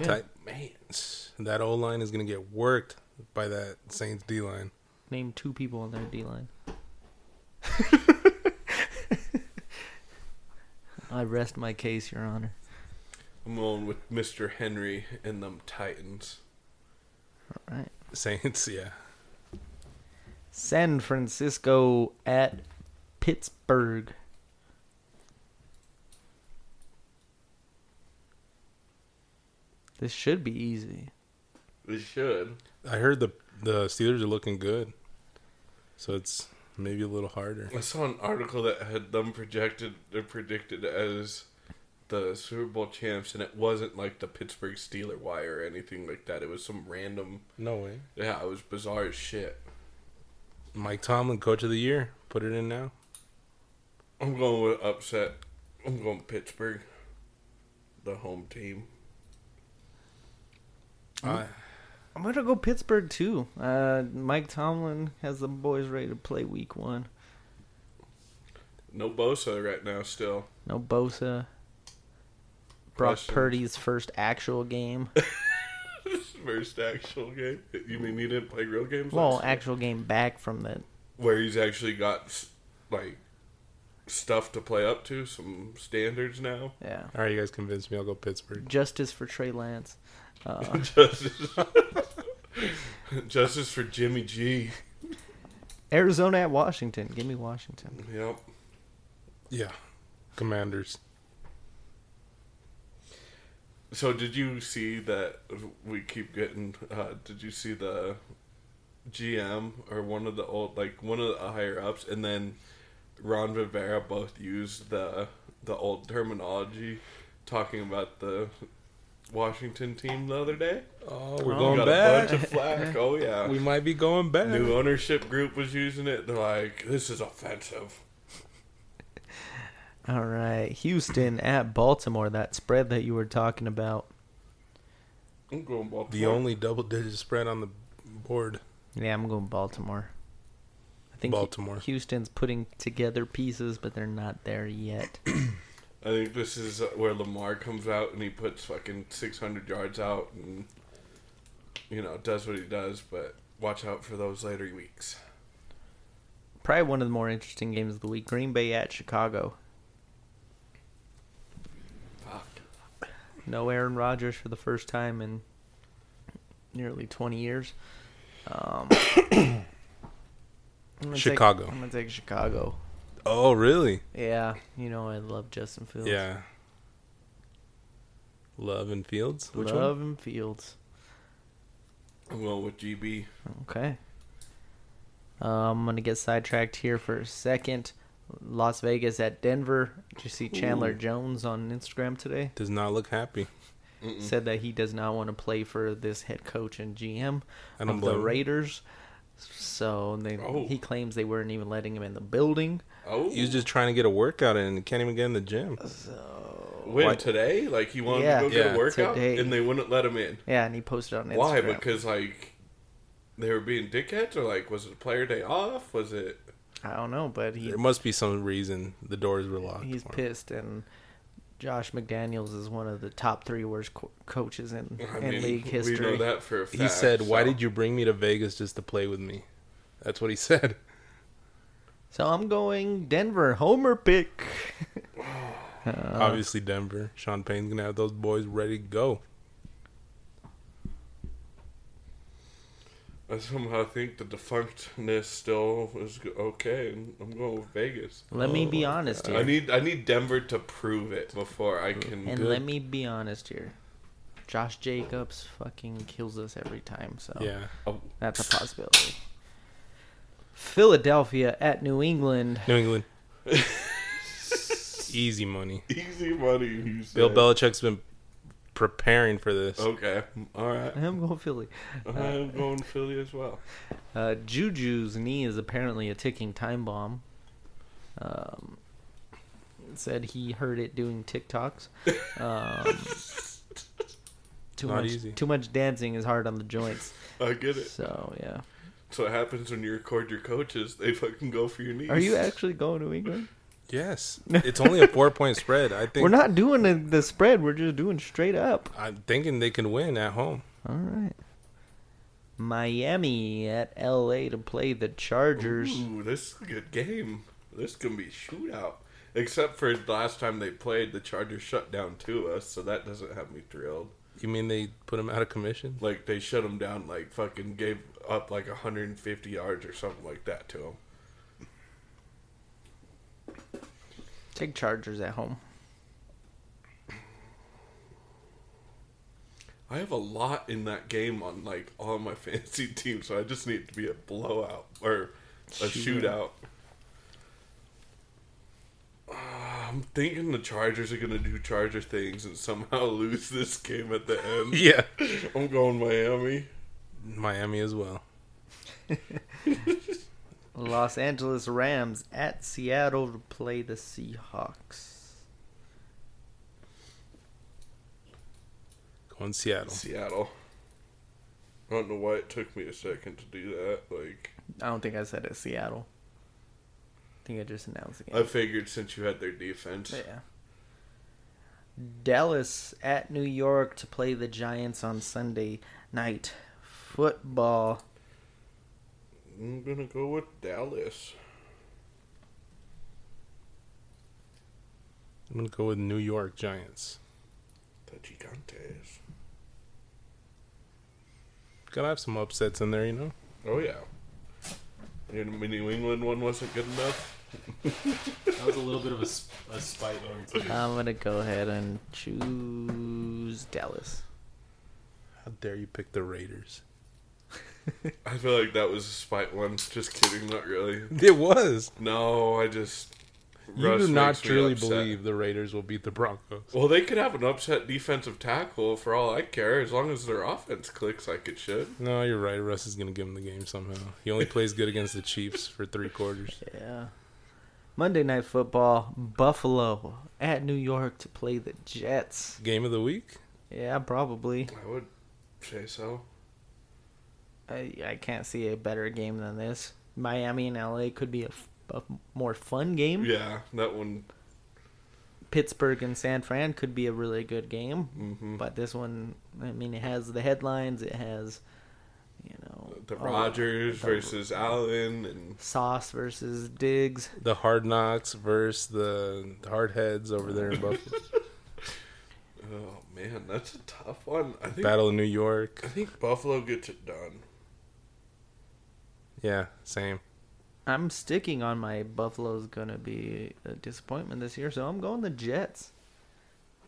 Speaker 2: Yeah.
Speaker 3: Tight.
Speaker 4: man.
Speaker 3: That O line is gonna get worked. by that Saints D line.
Speaker 2: Name two people on their D line. I rest my case, Your Honor.
Speaker 4: I'm going with Mr. Henry and them Titans.
Speaker 2: All right.
Speaker 3: Saints, yeah.
Speaker 2: San Francisco at Pittsburgh. This should be easy.
Speaker 4: They should.
Speaker 3: I heard the the Steelers are looking good, so it's maybe a little harder.
Speaker 4: I saw an article that had them projected or predicted as the Super Bowl champs, and it wasn't like the Pittsburgh Steeler wire or anything like that. It was some random.
Speaker 3: No way.
Speaker 4: Yeah, it was bizarre as shit.
Speaker 3: Mike Tomlin, coach of the year, put it in now.
Speaker 4: I'm going with upset. I'm going Pittsburgh, the home team.
Speaker 3: I
Speaker 2: I'm gonna go Pittsburgh too. Uh, Mike Tomlin has the boys ready to play Week One.
Speaker 4: No Bosa right now still.
Speaker 2: No Bosa. Brock
Speaker 4: Question.
Speaker 2: Purdy's first actual game.
Speaker 4: First actual game. You mean he didn't play real games?
Speaker 2: Well,
Speaker 4: last year?
Speaker 2: actual game back from that.
Speaker 4: where he's actually got like stuff to play up to, some standards now.
Speaker 2: Yeah.
Speaker 3: all right, you guys convinced me. I'll go Pittsburgh.
Speaker 2: Justice for Trey Lance. Uh,
Speaker 4: Justice, justice for Jimmy G.
Speaker 2: Arizona at Washington. Give me Washington.
Speaker 4: Yep.
Speaker 3: Yeah, Commanders.
Speaker 4: So did you see that we keep getting? Uh, did you see the GM or one of the old like one of the higher ups, and then Ron Rivera both used the the old terminology talking about the Washington team the other day.
Speaker 3: Oh, we're
Speaker 2: Oh.
Speaker 4: We
Speaker 3: going
Speaker 4: got
Speaker 3: back.
Speaker 4: a bunch of flack. Oh yeah,
Speaker 3: we might be going back.
Speaker 4: new ownership group was using it. They're like, this is offensive.
Speaker 2: All right. Houston at Baltimore. That spread that you were talking about.
Speaker 4: I'm going Baltimore.
Speaker 3: the only double-digit spread on the board.
Speaker 2: Yeah, I'm going Baltimore. I think Hu-
Speaker 3: Baltimore.
Speaker 2: Houston's putting together pieces, but they're not there yet.
Speaker 4: I think this is where Lamar comes out and he puts fucking 600 yards out and, you know, does what he does, but watch out for those later weeks.
Speaker 2: Probably one of the more interesting games of the week. Green Bay at Chicago.
Speaker 4: Fuck.
Speaker 2: No Aaron Rodgers for the first time in nearly 20 years. Um, I'm gonna take-
Speaker 3: Chicago.
Speaker 2: I'm going to take Chicago.
Speaker 3: Oh, really?
Speaker 2: Yeah, you know I love Justin Fields.
Speaker 3: Yeah. Love and Fields. Which
Speaker 2: love and Fields.
Speaker 4: I'm going with GB.
Speaker 2: Okay. Uh, I'm going to get sidetracked here for a second. Las Vegas at Denver. Did you see Chandler Jones on Instagram today?
Speaker 3: Does not look happy.
Speaker 2: Mm. Said that he does not want to play for this head coach and GM
Speaker 3: I don't
Speaker 2: of the
Speaker 3: blame. him.
Speaker 2: Raiders. So they,
Speaker 4: Oh.
Speaker 2: he claims they weren't even letting him in the building.
Speaker 4: Oh,
Speaker 3: He was just trying to get a workout in and can't even get in the gym.
Speaker 4: when
Speaker 3: What?
Speaker 4: today? Like he wanted
Speaker 2: Yeah.
Speaker 4: to go get
Speaker 3: Yeah,
Speaker 4: a workout
Speaker 2: today.
Speaker 4: and they wouldn't let him in.
Speaker 2: Yeah, and he posted on Instagram.
Speaker 4: Why? Because like they were being dickheads, or like was it player day off? Was it?
Speaker 2: I don't know, but he
Speaker 3: There must be some reason the doors were locked.
Speaker 2: he's
Speaker 3: for him.
Speaker 2: pissed and Josh McDaniels is one of the top three worst co- coaches in,
Speaker 4: I
Speaker 2: in
Speaker 4: mean,
Speaker 2: league history.
Speaker 4: We know that for a fact.
Speaker 3: He said, "Why
Speaker 4: so-
Speaker 3: did you bring me to Vegas just to play with me?" That's what he said.
Speaker 2: So I'm going Denver homer pick. Uh.
Speaker 3: Obviously, Denver. Sean Payne's gonna have those boys ready to go.
Speaker 4: I somehow think the defunctness still is g- okay, and I'm going with Vegas.
Speaker 2: Let me be honest
Speaker 4: I
Speaker 2: here,
Speaker 4: need I need Denver to prove it before I can.
Speaker 2: and
Speaker 3: good.
Speaker 2: let me be honest here. Josh Jacobs fucking kills us every time, so
Speaker 3: Yeah,
Speaker 2: that's a possibility. Philadelphia at New England.
Speaker 3: New England. Easy money.
Speaker 4: easy money. You said.
Speaker 3: Bill Belichick's been preparing for this.
Speaker 4: Okay, all right.
Speaker 2: I'm going Philly.
Speaker 4: I'm going Philly as well.
Speaker 2: Uh, Juju's knee is apparently a ticking time bomb. Um, it said he heard it doing TikToks. Um, too
Speaker 3: Not
Speaker 2: much,
Speaker 3: easy.
Speaker 2: too much dancing is hard on the joints.
Speaker 4: I get it.
Speaker 2: So yeah,
Speaker 4: So it happens when you record your coaches. They fucking go for your knees.
Speaker 2: are you actually going to England?
Speaker 3: Yes, it's only a four-point spread. I think
Speaker 2: We're not doing the, the spread. We're just doing straight up.
Speaker 3: I'm thinking they can win at home.
Speaker 2: All right. Miami at LA to play the Chargers.
Speaker 4: Ooh, this is a good game. This can be a shootout. Except for the last time they played, the Chargers shut down two us, so that doesn't have me thrilled.
Speaker 3: You mean they put him out of commission?
Speaker 4: Like they shut him down, like fucking gave up like 150 yards or something like that to him.
Speaker 2: Take Chargers at home.
Speaker 4: I have a lot in that game on like all my fantasy teams, so I just need it to be a blowout or a shootout. Uh, I'm thinking the Chargers are gonna do Charger things and somehow lose this game at the end.
Speaker 3: Yeah.
Speaker 4: I'm going Miami.
Speaker 3: Miami as well.
Speaker 2: Los Angeles Rams at Seattle to play the Seahawks.
Speaker 3: Going Seattle.
Speaker 4: Seattle. I don't know why it took me a second to do that. Like
Speaker 2: I don't think I said it Seattle. I think I just announced the game.
Speaker 4: I figured since you had their defense.
Speaker 2: Yeah. Dallas at New York to play the Giants on Sunday night football.
Speaker 4: I'm gonna go with Dallas.
Speaker 3: I'm going to go with New York Giants.
Speaker 4: The Gigantes.
Speaker 3: Gotta have some upsets in there, you know?
Speaker 4: Oh yeah. And my New England one wasn't good enough.
Speaker 5: That was a little bit of a, s- a spite one. too.
Speaker 2: I'm gonna go ahead and choose Dallas.
Speaker 3: How dare you pick the Raiders?
Speaker 4: I feel like that was a spite one. Just kidding, not really.
Speaker 3: It was.
Speaker 4: No, I just.
Speaker 3: You
Speaker 4: Russ
Speaker 3: do not
Speaker 4: makes me
Speaker 3: truly
Speaker 4: upset.
Speaker 3: believe the Raiders will beat the Broncos.
Speaker 4: Well, they could have an upset defensive tackle for all I care, as long as their offense clicks like it should.
Speaker 3: No, you're right. Russ is going to give him the game somehow. He only plays good against the Chiefs for three quarters.
Speaker 2: Yeah. Monday night football, Buffalo at New York to play the Jets.
Speaker 3: Game of the week?
Speaker 2: Yeah, probably.
Speaker 4: I would say so.
Speaker 2: I I can't see a better game than this. Miami and LA could be a, f- a more fun game.
Speaker 4: Yeah, that one.
Speaker 2: Pittsburgh and San Fran could be a really good game,
Speaker 4: hmm
Speaker 2: but this one, I mean, it has the headlines. It has, you know,
Speaker 4: The
Speaker 3: Oh,
Speaker 2: all-
Speaker 4: Rodgers
Speaker 2: the-
Speaker 4: versus Allen and
Speaker 2: Sauce versus Diggs.
Speaker 3: The Hard Knocks versus the Hard Heads over there in Buffalo.
Speaker 4: oh man, that's a tough one. I think
Speaker 3: Battle of New York.
Speaker 4: I think Buffalo gets it done.
Speaker 3: Yeah, same.
Speaker 2: I'm sticking on my Buffalo's gonna be a disappointment this year, so I'm going the Jets.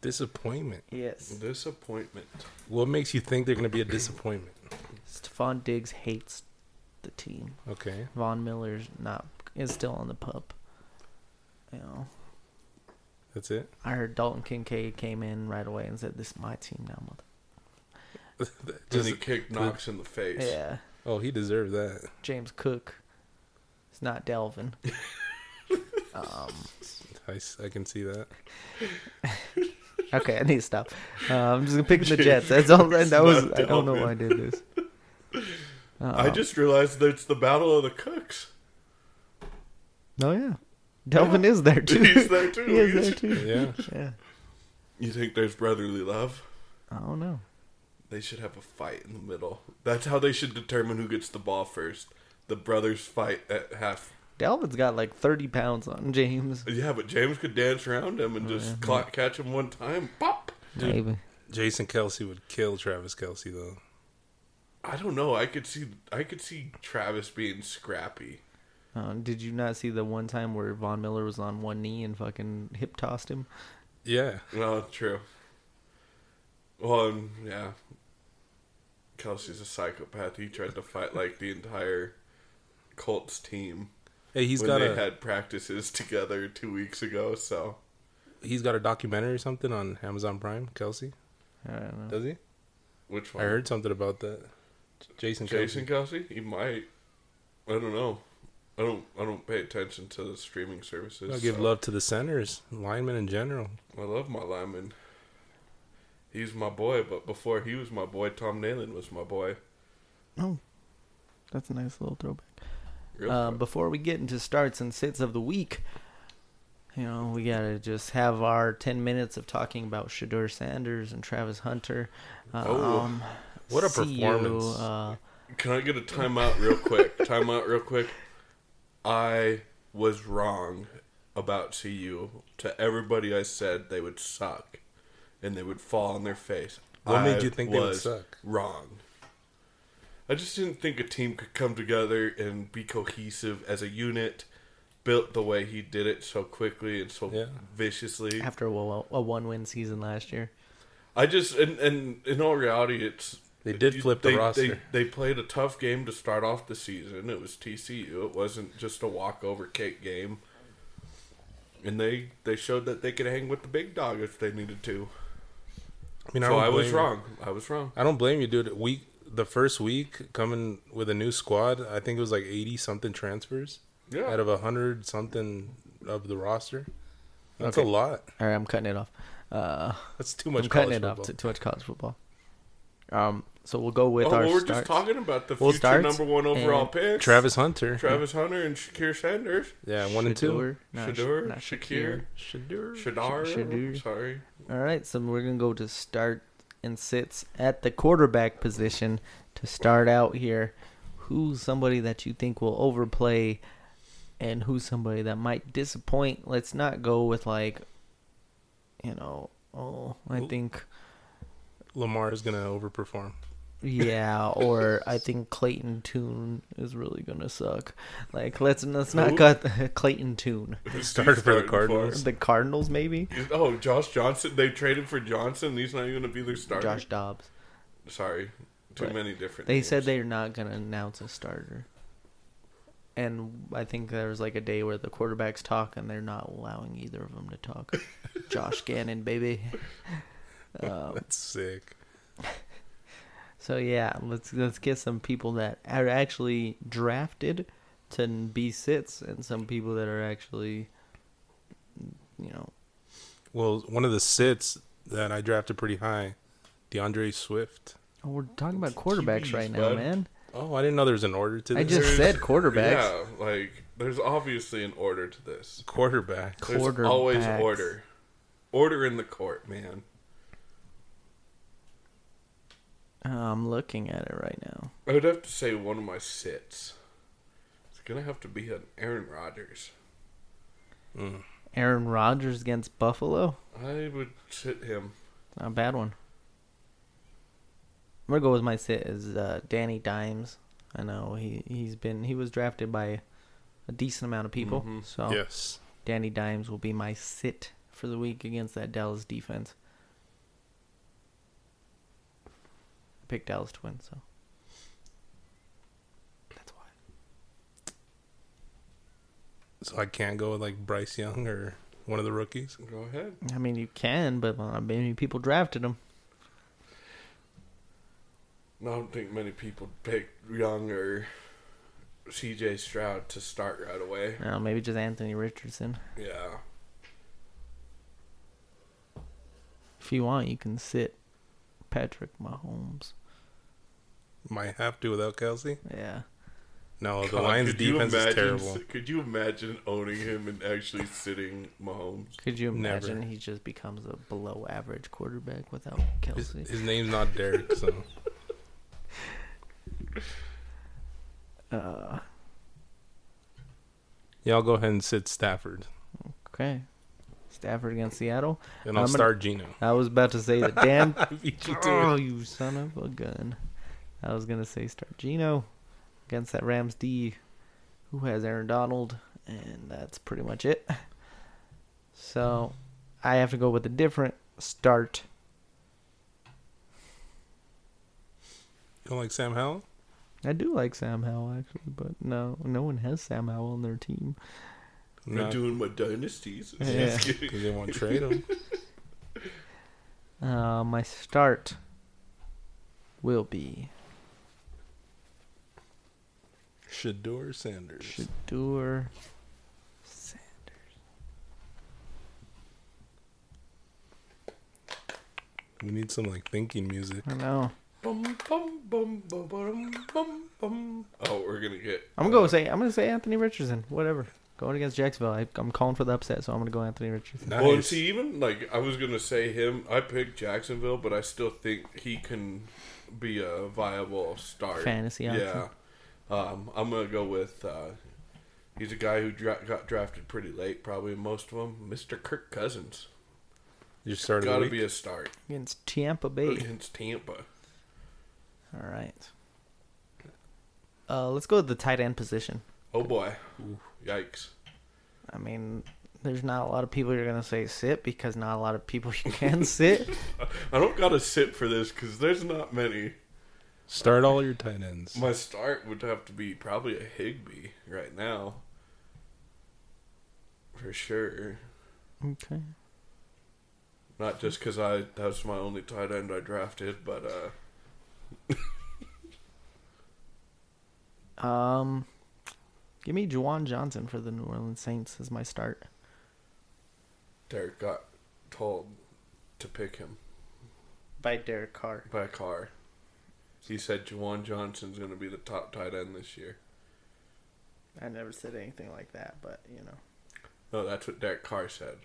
Speaker 3: Disappointment.
Speaker 2: Yes,
Speaker 4: Disappointment.
Speaker 3: What makes you think they're going to be a disappointment?
Speaker 2: Stephon Diggs hates the team.
Speaker 3: Okay.
Speaker 2: Von Miller's not is still on the pup. You know,
Speaker 3: That's it.
Speaker 2: I heard Dalton Kincaid came in right away and said, "This is my team now, mother."
Speaker 4: And
Speaker 3: Just-
Speaker 4: he kicked Knox in the face.
Speaker 2: Yeah,
Speaker 3: oh, he deserved that.
Speaker 2: James Cook. It's not Delvin. um,
Speaker 3: I, s- I can see that.
Speaker 2: okay, I need to stop. Uh, I'm just gonna pick the Jets. That's all. That, that was.
Speaker 4: not
Speaker 2: I don't know why I
Speaker 4: Dalvin.
Speaker 2: did this.
Speaker 4: I just realized that it's the Battle of the Cooks.
Speaker 2: No, Oh, yeah. Delvin is there too.
Speaker 4: He's there too.
Speaker 2: he is there too.
Speaker 3: Yeah.
Speaker 2: Yeah.
Speaker 4: You think there's brotherly love?
Speaker 2: I don't know.
Speaker 4: They should have a fight in the middle. That's how they should determine who gets the ball first. The brothers fight at half.
Speaker 2: Delvin's got like 30 pounds on James.
Speaker 4: Yeah, but James could dance around him and just clock, catch him one time. Pop.
Speaker 2: Maybe.
Speaker 3: Jason Kelsey would kill Travis Kelsey though.
Speaker 4: I don't know. I could see. I could see Travis being scrappy.
Speaker 2: Uh, did you not see the one time where Von Miller was on one knee and fucking hip tossed him?
Speaker 3: Yeah.
Speaker 4: No, true. Well, and, yeah. Kelsey's a psychopath. He tried to fight like the entire Colts team
Speaker 3: Hey, he's
Speaker 4: when
Speaker 3: got
Speaker 4: they
Speaker 3: a
Speaker 4: had practices together two weeks ago. So
Speaker 3: he's got a documentary or something on Amazon Prime. Kelsey
Speaker 2: I don't know.
Speaker 3: does he?
Speaker 4: which
Speaker 3: I
Speaker 4: one?
Speaker 3: heard something about that. Jason.
Speaker 4: Jason
Speaker 3: Jason.
Speaker 4: Kelsey. He might. I don't know. I don't. I don't pay attention to the streaming services.
Speaker 3: I'll give
Speaker 4: so-
Speaker 3: love to the centers, linemen in general.
Speaker 4: I love my lineman. He's my boy, but before he was my boy, Tom Nalen was my boy.
Speaker 2: That's a nice little throwback.
Speaker 4: Real
Speaker 2: Uh,
Speaker 4: quick.
Speaker 2: before we get into starts and sits of the week, you know, we got to just have our 10 minutes of talking about Shador Sanders and Travis Hunter.
Speaker 4: Oh,
Speaker 2: Um,
Speaker 3: what a
Speaker 2: see you,
Speaker 3: performance.
Speaker 2: uh,
Speaker 4: Can I get a timeout real quick? timeout real quick. I was wrong about CU. To everybody, I said they would suck, and they would fall on their face.
Speaker 3: What
Speaker 4: I
Speaker 3: made you think they would
Speaker 4: was
Speaker 3: suck?
Speaker 4: Wrong. I just didn't think a team could come together and be cohesive as a unit. Built the way he did it so quickly and so
Speaker 3: Yeah.
Speaker 4: viciously.
Speaker 2: after a, wo- a one win season last year.
Speaker 4: I just and, and in all reality, it's
Speaker 3: They did flip the
Speaker 4: they,
Speaker 3: roster.
Speaker 4: They, they played a tough game to start off the season. It was TCU. It wasn't just a walkover cake game. And they they showed that they could hang with the big dog if they needed to.
Speaker 3: I mean,
Speaker 4: so
Speaker 3: don't
Speaker 4: I was
Speaker 3: blame you.
Speaker 4: wrong. I was wrong.
Speaker 3: I don't blame you, dude. Week the first week coming with a new squad, I think it was like eighty something transfers
Speaker 4: Yeah.
Speaker 3: out of hundred something of the roster. That's a
Speaker 2: Okay.
Speaker 3: lot.
Speaker 2: All right, I'm cutting it off. Uh,
Speaker 3: That's too much.
Speaker 2: I'm cutting
Speaker 3: college
Speaker 2: it off.
Speaker 3: football.
Speaker 2: T- too much college football. Um, so we'll go with
Speaker 4: oh,
Speaker 2: our
Speaker 4: well, we're just
Speaker 2: starts.
Speaker 4: talking about the
Speaker 2: Well,
Speaker 4: future
Speaker 2: starts
Speaker 4: number one overall
Speaker 2: and-
Speaker 4: pick,
Speaker 3: Travis Hunter.
Speaker 4: Travis Hunter, and Shakir Sanders.
Speaker 3: yeah, one and two.
Speaker 2: Shadur- no, Sh-
Speaker 4: Shadur,
Speaker 2: not
Speaker 4: Shakir,
Speaker 3: Shadur.
Speaker 4: Shadar.
Speaker 2: Shadur.
Speaker 4: Sorry,
Speaker 2: All right, so we're gonna go to start and sits at the quarterback position to start out here. Who's somebody that you think will overplay, and who's somebody that might disappoint? Let's not go with like, you know, oh, I
Speaker 3: Who-
Speaker 2: think
Speaker 3: Lamar is gonna overperform.
Speaker 2: yeah, or I think Clayton Tune is really gonna suck. Like, let's let's
Speaker 4: Who?
Speaker 2: not cut Clayton Tune.
Speaker 4: Who's he
Speaker 3: started for the
Speaker 4: starting
Speaker 3: Cardinals.
Speaker 2: The Cardinals, maybe
Speaker 4: Oh, Josh Johnson. They traded for Johnson. He's not even gonna be their starter.
Speaker 2: Josh Dobbs.
Speaker 4: Sorry, too
Speaker 2: Right.
Speaker 4: many different.
Speaker 2: They said
Speaker 4: names.
Speaker 2: they're not going to announce a starter. And I think there was like a day where the quarterbacks talk and they're not allowing either of them to talk. Josh Gannon, baby. Um,
Speaker 3: That's sick.
Speaker 2: so yeah, let's let's get some people that are actually drafted to be sits and some people that are actually you know,
Speaker 3: Well, one of the sits that I drafted pretty high, DeAndre Swift.
Speaker 2: oh, we're talking about
Speaker 4: It's
Speaker 2: quarterbacks
Speaker 4: QBs,
Speaker 2: right now,
Speaker 4: bud.
Speaker 2: man.
Speaker 3: Oh, I didn't know there was an order to
Speaker 2: I
Speaker 3: this.
Speaker 2: just said quarterbacks.
Speaker 4: Yeah, like there's obviously an order to this.
Speaker 3: quarterback.
Speaker 4: There's
Speaker 2: Quarterbacks.
Speaker 4: always order. Order in the court, man.
Speaker 2: Oh, I'm looking at it right now.
Speaker 4: I would have to say one of my sits. It's gonna have to be an Aaron Rodgers.
Speaker 2: Aaron Rodgers against Buffalo.
Speaker 4: I would sit him.
Speaker 2: Not a bad one. I'm gonna go with my sit is uh, Danny Dimes. I know he he's been he was drafted by a decent amount of people,
Speaker 4: Mhm.
Speaker 2: so
Speaker 3: Yes.
Speaker 2: Danny Dimes will be my sit for the week against that Dallas defense. I picked Dallas to win, so that's why.
Speaker 3: So I can't go with like Bryce Young or one of the rookies.
Speaker 4: Go ahead.
Speaker 2: I mean, you can, but not many people drafted him.
Speaker 4: I don't think many people pick Young or C.J. Stroud to start right away.
Speaker 2: I don't know, maybe just Anthony Richardson.
Speaker 4: Yeah.
Speaker 2: If you want, you can sit Patrick Mahomes.
Speaker 3: Might have to without Kelsey.
Speaker 2: Yeah.
Speaker 3: No, the
Speaker 4: God,
Speaker 3: Lions
Speaker 4: could you
Speaker 3: defense
Speaker 4: imagine,
Speaker 3: is terrible.
Speaker 4: Could you imagine owning him and actually sitting Mahomes?
Speaker 2: Could you
Speaker 3: Never.
Speaker 2: imagine he just becomes a below average quarterback without
Speaker 3: His,
Speaker 2: Kelsey?
Speaker 3: his name's not Derek, so
Speaker 2: Uh,
Speaker 3: yeah, I'll go ahead and sit Stafford,
Speaker 2: okay. Stafford against Seattle.
Speaker 3: and I'll
Speaker 2: I'm gonna-
Speaker 3: start Gino.
Speaker 2: I was about to say the damn.
Speaker 3: I beat you to
Speaker 2: oh,
Speaker 3: it.
Speaker 2: you son of a gun. I was going to say start Gino against that Rams D who has Aaron Donald, and that's pretty much it. So I have to go with a different start.
Speaker 3: You don't like Sam Howell?
Speaker 2: I do like Sam Howell, actually, but no, no one has Sam Howell on their team.
Speaker 4: They're
Speaker 3: No,
Speaker 4: doing my dynasties.
Speaker 2: Yeah.
Speaker 4: Just kidding.
Speaker 3: 'cause they won't trade him.
Speaker 2: Uh, my start will be
Speaker 3: Shador Sanders.
Speaker 2: Shadur Sanders.
Speaker 3: We need some like thinking music.
Speaker 2: I know.
Speaker 4: Bum, bum, bum, bum, bum, bum, bum. Oh, we're gonna get.
Speaker 2: I'm gonna go say I'm gonna say Anthony Richardson. Whatever. Going against Jacksonville, I, I'm calling for the upset, so I'm gonna go Anthony Richardson.
Speaker 3: Nice.
Speaker 4: Well, and see, even like I was gonna say him. I picked Jacksonville, but I still think he can be a viable start.
Speaker 2: Fantasy option.
Speaker 4: Yeah. Um, I'm going to go with uh, he's a guy who dra- got drafted pretty late, probably most of them. Mr. Kirk Cousins.
Speaker 3: You started.
Speaker 4: Got to be a start
Speaker 2: against Tampa Bay.
Speaker 4: against Tampa.
Speaker 2: All right. Uh, let's go to the tight end position.
Speaker 4: Oh, boy. Yikes.
Speaker 2: I mean, there's not a lot of people you're gonna say sit because not a lot of people you can sit.
Speaker 4: I don't got to sit for this because there's not many.
Speaker 3: Start all your tight ends.
Speaker 4: My start would have to be probably a Higby right now. For sure.
Speaker 2: okay.
Speaker 4: Not just because I that's my only tight end I drafted, but uh,
Speaker 2: Um, give me Juwan Johnson for the New Orleans Saints as my start.
Speaker 4: Derek got told to pick him
Speaker 2: By Derek Carr.
Speaker 4: by a car. He said Juwan Johnson's going to be the top tight end this year.
Speaker 2: I never said anything like that, but you know.
Speaker 4: No, that's what Derek Carr said.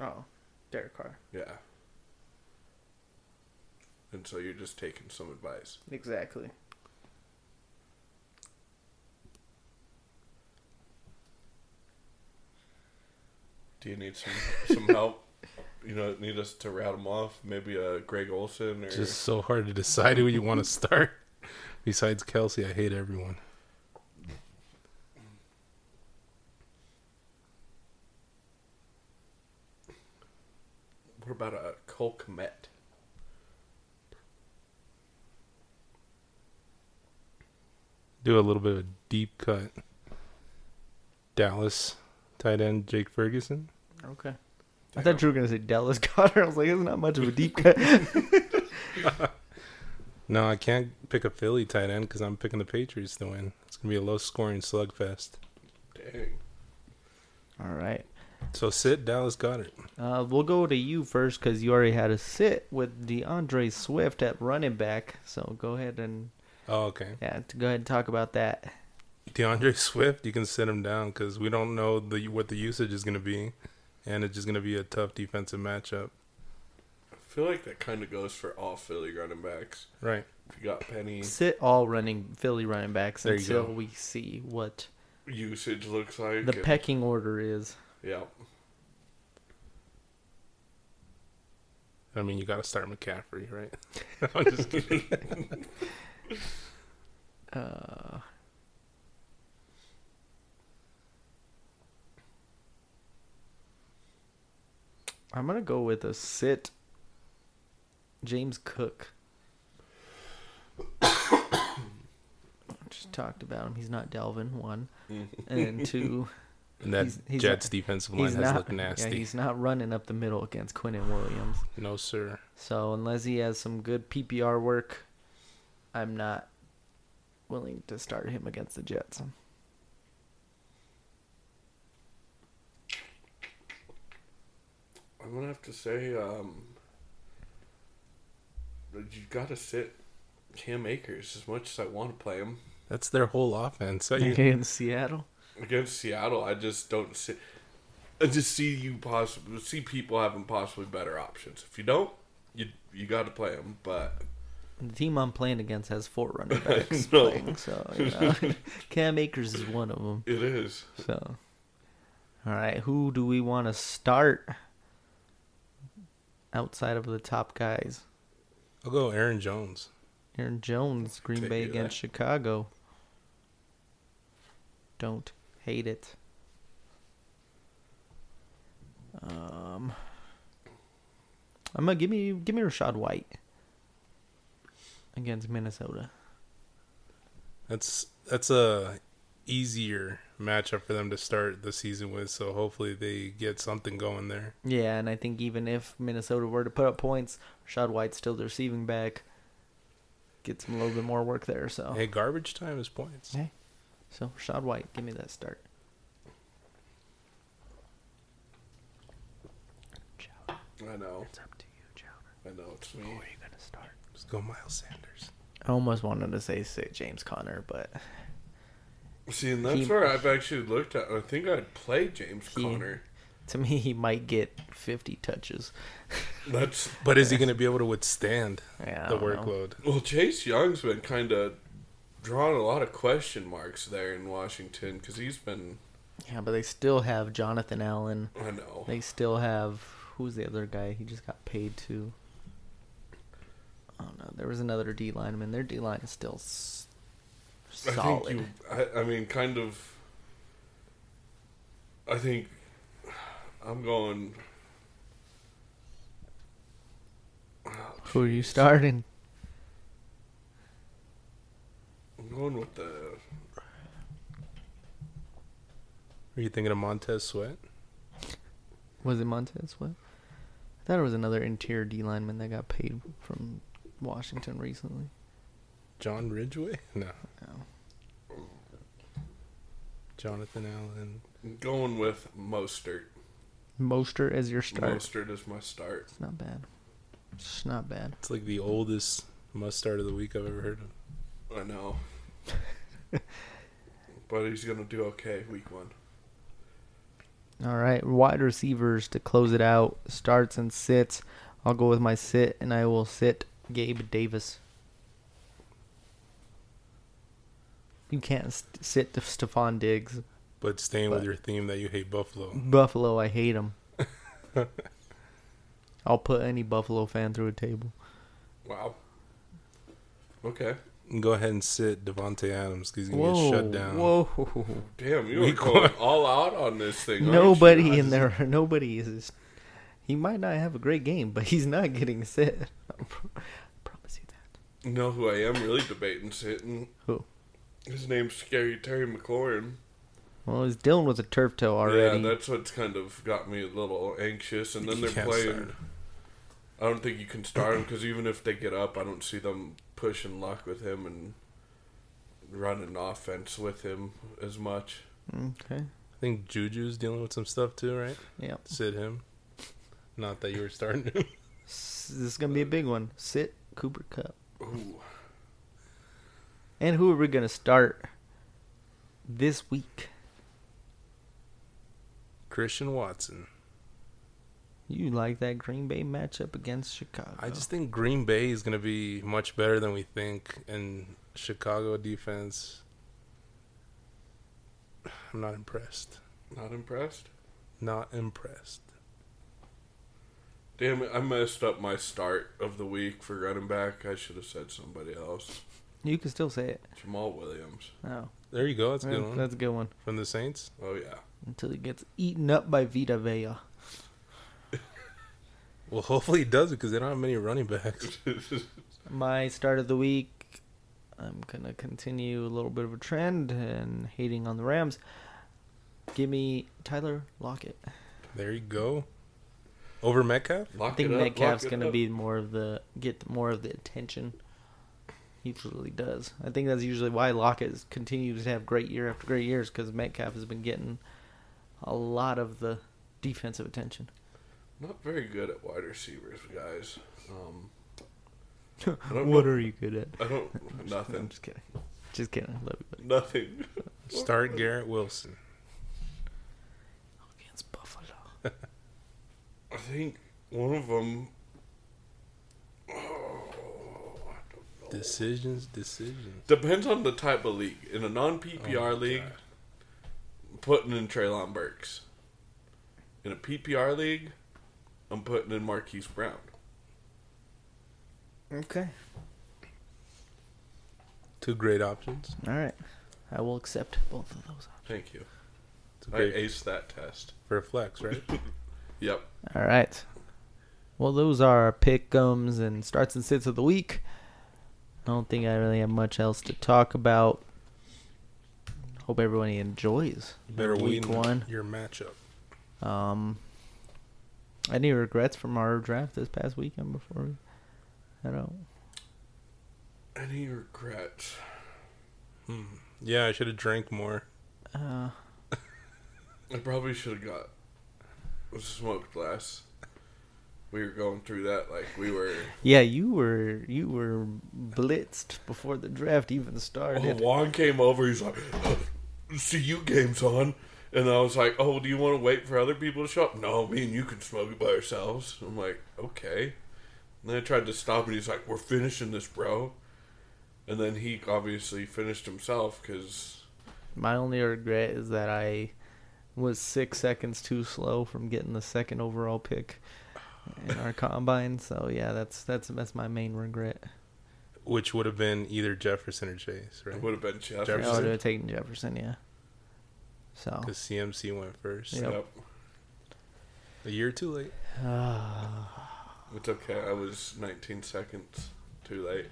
Speaker 2: Oh, Derek Carr.
Speaker 4: Yeah. And so you're just taking some advice.
Speaker 2: Exactly.
Speaker 4: Do you need some some help? You know, need us to route them off? Maybe a Greg Olson or
Speaker 3: Just so hard to decide who you want to start. Besides Kelsey, I hate everyone.
Speaker 4: what about a Cole Komet?
Speaker 3: Do a little bit of a deep cut. Dallas tight end Jake Ferguson.
Speaker 2: Okay. I thought you were gonna say Dallas Goddard. I was like, it's not much of a deep cut.
Speaker 3: No, I can't pick a Philly tight end because I'm picking the Patriots to win. It's gonna be a low scoring slugfest.
Speaker 4: Dang.
Speaker 2: All right.
Speaker 3: So sit Dallas Goddard.
Speaker 2: Uh, we'll go to you first because you already had a sit with DeAndre Swift at running back. So go ahead and
Speaker 3: Oh, okay.
Speaker 2: yeah, t- go ahead and talk about that.
Speaker 3: Mm-hmm. DeAndre Swift, you can sit him down because we don't know the what the usage is gonna be, and it's just gonna be a tough defensive matchup.
Speaker 4: I feel like that kind of goes for all Philly running backs.
Speaker 3: Right.
Speaker 4: If you got Penny,
Speaker 2: Sit all running Philly running backs
Speaker 3: There you
Speaker 2: until
Speaker 3: go.
Speaker 2: we see what
Speaker 4: usage looks like.
Speaker 2: the
Speaker 4: and-
Speaker 2: pecking order is.
Speaker 4: Yeah.
Speaker 3: I mean, you got to start McCaffrey, right? I'm just kidding.
Speaker 2: Uh, I'm gonna go with a sit. James Cook. Just talked about him. He's not Delvin. One and two.
Speaker 3: And that
Speaker 2: He's- he's
Speaker 3: Jets
Speaker 2: not-
Speaker 3: defensive line
Speaker 2: He's
Speaker 3: has
Speaker 2: not.
Speaker 3: looked nasty.
Speaker 2: Yeah, he's not running up the middle against Quinnen Williams.
Speaker 3: no, sir.
Speaker 2: So unless he has some good PPR work, I'm not willing to start him against the Jets.
Speaker 4: I'm gonna have to say, um, that you gotta sit Cam Akers as much as I want to play him
Speaker 3: That's their whole offense. So you-
Speaker 2: Against Seattle.
Speaker 4: against Seattle. I just don't see. I just see you possibly see people having possibly better options. If you don't, you you got to play him. But
Speaker 2: The team I'm playing against has four running backs
Speaker 4: know.
Speaker 2: playing, so you know. Cam Akers is one of them.
Speaker 4: it is
Speaker 2: So, all right, who do we want to start outside of the top guys?
Speaker 3: I'll go Aaron Jones.
Speaker 2: Aaron Jones, Green
Speaker 4: Take
Speaker 2: Bay
Speaker 4: it
Speaker 2: against Chicago. Don't hate it. Um, I'm gonna give me give me Rashad White against Minnesota.
Speaker 3: That's that's a easier matchup for them to start the season with. So hopefully they get something going there.
Speaker 2: Yeah, and I think even if Minnesota were to put up points, Rashad White's still the receiving back. Gets him a little bit more work there, so
Speaker 3: Hey, garbage time is points.
Speaker 2: Yeah. so Rashad White, give me that start.
Speaker 4: I know
Speaker 2: up to you, Chowder.
Speaker 4: I know it's me.
Speaker 2: you gonna start?
Speaker 3: Let's go Miles Sanders.
Speaker 2: I almost wanted to say sit James Conner, but
Speaker 4: See, and that's
Speaker 2: He-
Speaker 4: where I've actually looked at. I think I'd play James
Speaker 2: He-
Speaker 4: Conner
Speaker 2: To me, he might get 50 touches.
Speaker 4: That's
Speaker 3: But is he going to be able to withstand
Speaker 2: Yeah, I
Speaker 3: the
Speaker 2: don't know.
Speaker 3: workload?
Speaker 4: well, Chase Young's been kind of drawing a lot of question marks there in Washington because he's been.
Speaker 2: Yeah, but they still have Jonathan Allen.
Speaker 4: I know.
Speaker 2: They still have who's the other guy? He just got paid to. I don't know. There was another D lineman. Their D line is still s- solid.
Speaker 4: I think you. I, I mean, kind of. I think I'm going.
Speaker 2: Who are you starting?
Speaker 4: I'm going with the.
Speaker 3: Are you thinking of Montez Sweat?
Speaker 2: Was it Montez? What? I thought it was another interior D lineman that got paid from Washington recently.
Speaker 3: John Ridgeway? No.
Speaker 2: No.
Speaker 3: Jonathan Allen.
Speaker 4: I'm going with Mostert.
Speaker 2: Moster as your start.
Speaker 4: Mostert is my start.
Speaker 2: It's not bad. It's not bad.
Speaker 3: It's like the oldest must start of the week I've ever heard of.
Speaker 4: I know. but he's gonna do okay week one.
Speaker 2: All right, wide receivers to close it out. Starts and sits. I'll go with my sit, and I will sit Gabe Davis. You can't st- sit Stephon Diggs.
Speaker 3: But staying with
Speaker 2: But-
Speaker 3: your theme that you hate Buffalo.
Speaker 2: Buffalo, I hate him. I'll put any Buffalo fan through a table.
Speaker 4: Wow. Okay.
Speaker 3: Go ahead and sit Devonte Adams because he's going to get shut down.
Speaker 2: whoa!
Speaker 4: Damn, you
Speaker 3: Week
Speaker 4: are going
Speaker 3: one.
Speaker 4: all out on this thing. aren't you?
Speaker 2: Nobody
Speaker 4: I
Speaker 2: in
Speaker 4: just-
Speaker 2: there. Nobody is. He might not have a great game, but he's not getting sit. I promise you that.
Speaker 4: You know who I am really debating sitting?
Speaker 2: Who?
Speaker 4: His name's Scary Terry McLaurin.
Speaker 2: Well, he's dealing with a turf toe already.
Speaker 4: Yeah, that's what's kind of got me a little anxious. And then
Speaker 3: You
Speaker 4: they're
Speaker 3: can't
Speaker 4: playing.
Speaker 3: start.
Speaker 4: I don't think you can start him because even if they get up, I don't see them pushing luck with him and running offense with him as much.
Speaker 2: Okay.
Speaker 3: I think Juju's dealing with some stuff too, right?
Speaker 2: Yep.
Speaker 3: Sit him. Not that you were starting him.
Speaker 2: S- This is gonna be a big one. Sit Cooper Cup.
Speaker 4: Ooh.
Speaker 2: And who are we gonna start this week?
Speaker 3: Christian Watson.
Speaker 2: You like that Green Bay matchup against Chicago?
Speaker 3: I just think Green Bay is going to be much better than we think, and Chicago defense. I'm not impressed.
Speaker 4: Not impressed?
Speaker 3: Not impressed.
Speaker 4: Damn it, I messed up my start of the week for running back. I should have said somebody else.
Speaker 2: you can still say it.
Speaker 4: Jamal Williams.
Speaker 2: Oh,
Speaker 3: There you go. That's
Speaker 2: that's
Speaker 3: a
Speaker 2: a
Speaker 3: good one
Speaker 2: That's a good one.
Speaker 3: from the Saints.
Speaker 4: Oh, yeah.
Speaker 2: Until he gets eaten up by Vita Vea.
Speaker 3: Well, hopefully he does it because they don't have many running backs.
Speaker 2: My start of the week, I'm going to continue a little bit of a trend and hating on the Rams. Give me Tyler Lockett.
Speaker 3: There you go. Over Metcalf.
Speaker 4: Lock
Speaker 2: I think
Speaker 4: it up,
Speaker 2: Metcalf's
Speaker 4: lock it
Speaker 2: going to
Speaker 4: up.
Speaker 2: be more of the get more of the attention. He really does. I think that's usually why Lockett is- continues to have great year after great years because Metcalf has been getting a lot of the defensive attention.
Speaker 4: Not very good at wide receivers, guys. Um, I don't
Speaker 2: what
Speaker 4: know.
Speaker 2: are you good at?
Speaker 4: I don't.
Speaker 2: No, I'm
Speaker 4: Nothing.
Speaker 2: just kidding. Just kidding. I love you. buddy.
Speaker 4: Nothing.
Speaker 3: Start Garrett Wilson.
Speaker 2: Against Buffalo.
Speaker 4: I think one of them.
Speaker 3: Decisions, decisions.
Speaker 4: oh, Depends on the type of league. In a non
Speaker 2: Oh,
Speaker 4: PPR league, putting in Traylon Burks. In a PPR league, I'm putting in Marquise Brown.
Speaker 2: Okay.
Speaker 3: Two great options.
Speaker 2: All right. I will accept both of those.
Speaker 4: Thank you.
Speaker 3: Two
Speaker 4: I
Speaker 3: great
Speaker 4: aced that test.
Speaker 3: for a flex, right?
Speaker 4: Yep.
Speaker 2: All right. Well, those are our pickums and starts and sits of the week. I don't think I really have much else to talk about. Hope everyone enjoys
Speaker 3: Better
Speaker 2: week
Speaker 3: win
Speaker 2: one.
Speaker 3: your matchup.
Speaker 2: Um, any regrets from our draft this past weekend before we head out?
Speaker 4: Any regrets?
Speaker 3: Yeah, I should have drank more.
Speaker 2: Uh,
Speaker 4: I probably should have got smoked less. We were going through that like we were.
Speaker 2: yeah, you were you were blitzed before the draft even
Speaker 4: Oh,
Speaker 2: started.
Speaker 4: Juan came over. He's like, "CU game's on," And I was like, "Oh, do you want to wait for other people to show up?" No, me and you can smoke it by ourselves. I'm like, "Okay." And then I tried to stop, and he's like, "We're finishing this, bro." And then he obviously finished himself because
Speaker 2: My only regret is that I was six seconds too slow from getting the second overall pick in our combine. So yeah, that's that's that's my main regret.
Speaker 3: Which would have been either Jefferson or Chase,
Speaker 4: it
Speaker 3: right?
Speaker 4: would have been Jeff.
Speaker 2: I would
Speaker 3: Jefferson?
Speaker 2: have taken Jefferson, yeah. So
Speaker 3: Because CMC went first.
Speaker 2: Yeah.
Speaker 4: Yep.
Speaker 3: A year too late.
Speaker 4: It's okay. I was 19 seconds too late.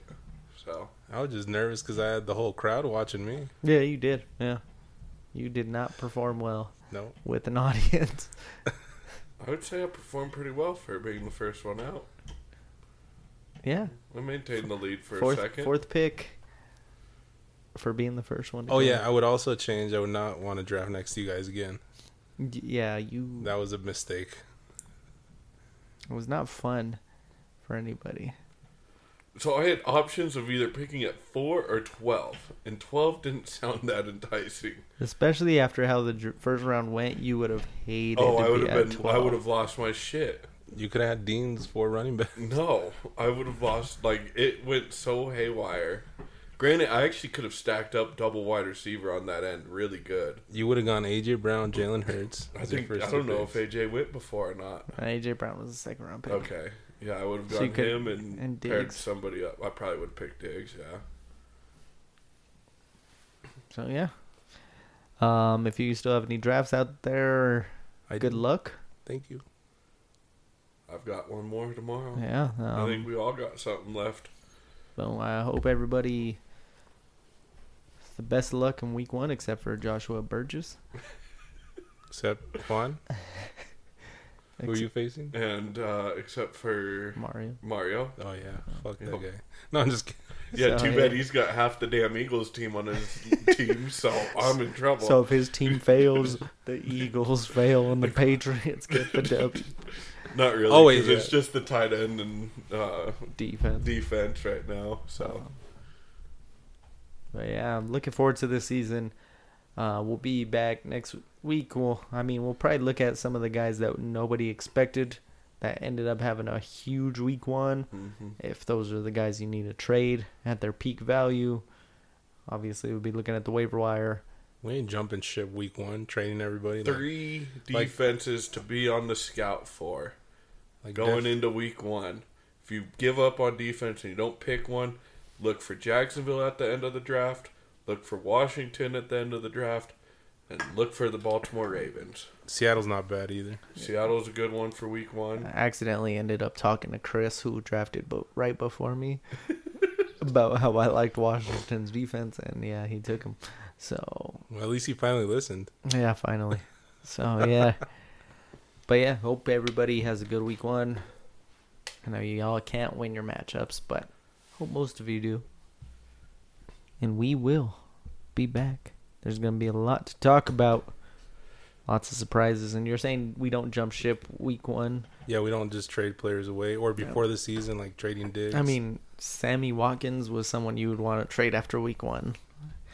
Speaker 4: So
Speaker 3: I was just nervous because I had the whole crowd watching me.
Speaker 2: yeah, you did. Yeah, you did not perform well
Speaker 3: No,
Speaker 2: with an audience.
Speaker 4: I would say I performed pretty well for being the first one out.
Speaker 2: Yeah,
Speaker 4: I maintained the lead for
Speaker 2: fourth
Speaker 4: a second.
Speaker 2: fourth pick for being the first one. to
Speaker 3: Oh
Speaker 2: go.
Speaker 3: yeah, I would also change. I would not want to draft next to you guys again.
Speaker 2: Y- yeah. You
Speaker 3: That was a mistake.
Speaker 2: it was not fun for anybody.
Speaker 4: So I had options of either picking at four or twelve, and twelve didn't sound that enticing.
Speaker 2: Especially after how the dr- first round went, you would have hated.
Speaker 4: oh,
Speaker 2: to
Speaker 4: I
Speaker 2: be
Speaker 4: would
Speaker 2: at
Speaker 4: have been.
Speaker 2: 12.
Speaker 4: I would have lost my shit.
Speaker 3: You could have had Dean's four running back.
Speaker 4: No, I would have lost. Like it went so haywire. Granted, I actually could have stacked up double wide receiver on that end really good.
Speaker 3: You would have gone AJ Brown, Jalen Hurts.
Speaker 4: I
Speaker 3: as your
Speaker 4: think
Speaker 3: first
Speaker 4: I
Speaker 3: two
Speaker 4: don't know
Speaker 3: picks.
Speaker 4: if AJ went before or not.
Speaker 2: And AJ Brown was the second round pick.
Speaker 4: Okay, yeah, I would have
Speaker 2: So
Speaker 4: gotten
Speaker 2: you could-
Speaker 4: him and,
Speaker 2: and
Speaker 4: paired
Speaker 2: Diggs.
Speaker 4: somebody up. I probably would have picked Diggs. Yeah,
Speaker 2: So yeah. Um, if you still have any drafts out there,
Speaker 3: I
Speaker 2: good
Speaker 3: do.
Speaker 2: luck.
Speaker 3: Thank you.
Speaker 4: I've got one more tomorrow.
Speaker 2: Yeah.
Speaker 4: I
Speaker 2: Um,
Speaker 4: think we all got something left.
Speaker 2: Well, I hope everybody the best of luck in week one, except for Joshua Burgess.
Speaker 3: Except Juan. Who are you facing?
Speaker 4: And uh, except for
Speaker 2: Mario.
Speaker 4: Mario.
Speaker 3: Oh yeah, fuck that
Speaker 4: Yep.
Speaker 3: guy. No, I'm just kidding.
Speaker 4: Yeah,
Speaker 2: So,
Speaker 4: too bad
Speaker 2: yeah.
Speaker 4: he's got half the damn Eagles team on his team, so I'm in trouble.
Speaker 2: So if his team fails, the Eagles fail, and the Patriots get the W
Speaker 4: Not really.
Speaker 3: Oh, wait,
Speaker 4: 'cause it's
Speaker 3: yeah.
Speaker 4: just the tight end and uh,
Speaker 2: defense.
Speaker 4: defense right now.
Speaker 2: Uh-huh.
Speaker 4: So
Speaker 2: But yeah, I'm looking forward to this season. Uh, we'll be back next week. We'll, I mean, we'll probably look at some of the guys that nobody expected that ended up having a huge week one.
Speaker 4: mhm.
Speaker 2: If those are the guys you need to trade at their peak value, obviously we'll be looking at the waiver wire.
Speaker 3: We ain't jumping ship week one, training everybody. like-
Speaker 4: three
Speaker 3: Like-
Speaker 4: defenses to be on the scout for
Speaker 3: like
Speaker 4: going
Speaker 3: def-
Speaker 4: into week one. If you give up on defense and you don't pick one, look for Jacksonville at the end of the draft. Look for Washington at the end of the draft, and look for the Baltimore Ravens.
Speaker 3: Seattle's not bad either.
Speaker 4: Seattle's a good one for week
Speaker 2: I
Speaker 4: one.
Speaker 2: accidentally ended up talking to Chris, who drafted bo- right before me, about how I liked Washington's defense, and yeah, he took him. So
Speaker 3: Well, at least he finally listened.
Speaker 2: Yeah, finally. So yeah. But yeah, hope everybody has a good week one. I know y'all can't win your matchups, but hope most of you do. And we will be back. There's gonna be a lot to talk about. Lots of surprises, and you're saying we don't jump ship week one.
Speaker 3: Yeah, we don't just trade players away or before the season like trading digs.
Speaker 2: I mean, Sammy Watkins was someone you would want to trade after week one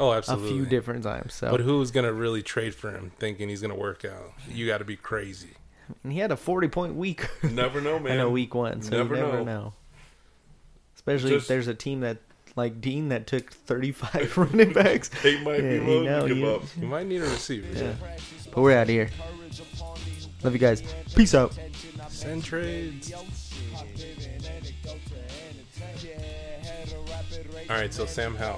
Speaker 3: oh, absolutely.
Speaker 2: a few different times. So
Speaker 3: But who's gonna really trade for him, thinking he's gonna work out? You got to be crazy.
Speaker 2: and he had a 40 point week.
Speaker 4: Never know, man.
Speaker 2: in a week one, so
Speaker 4: never
Speaker 2: you never
Speaker 4: know.
Speaker 2: know. Especially
Speaker 4: Just-
Speaker 2: if there's a team that like Dean that took 35 running backs.
Speaker 4: They might be
Speaker 2: Yeah, you
Speaker 4: low
Speaker 2: know,
Speaker 4: to give
Speaker 2: you-
Speaker 4: up.
Speaker 3: You might need a receiver.
Speaker 2: Yeah. But we're out of here. Love you guys. Peace out.
Speaker 3: Send trades.
Speaker 1: All
Speaker 3: All right, so Sam Howell.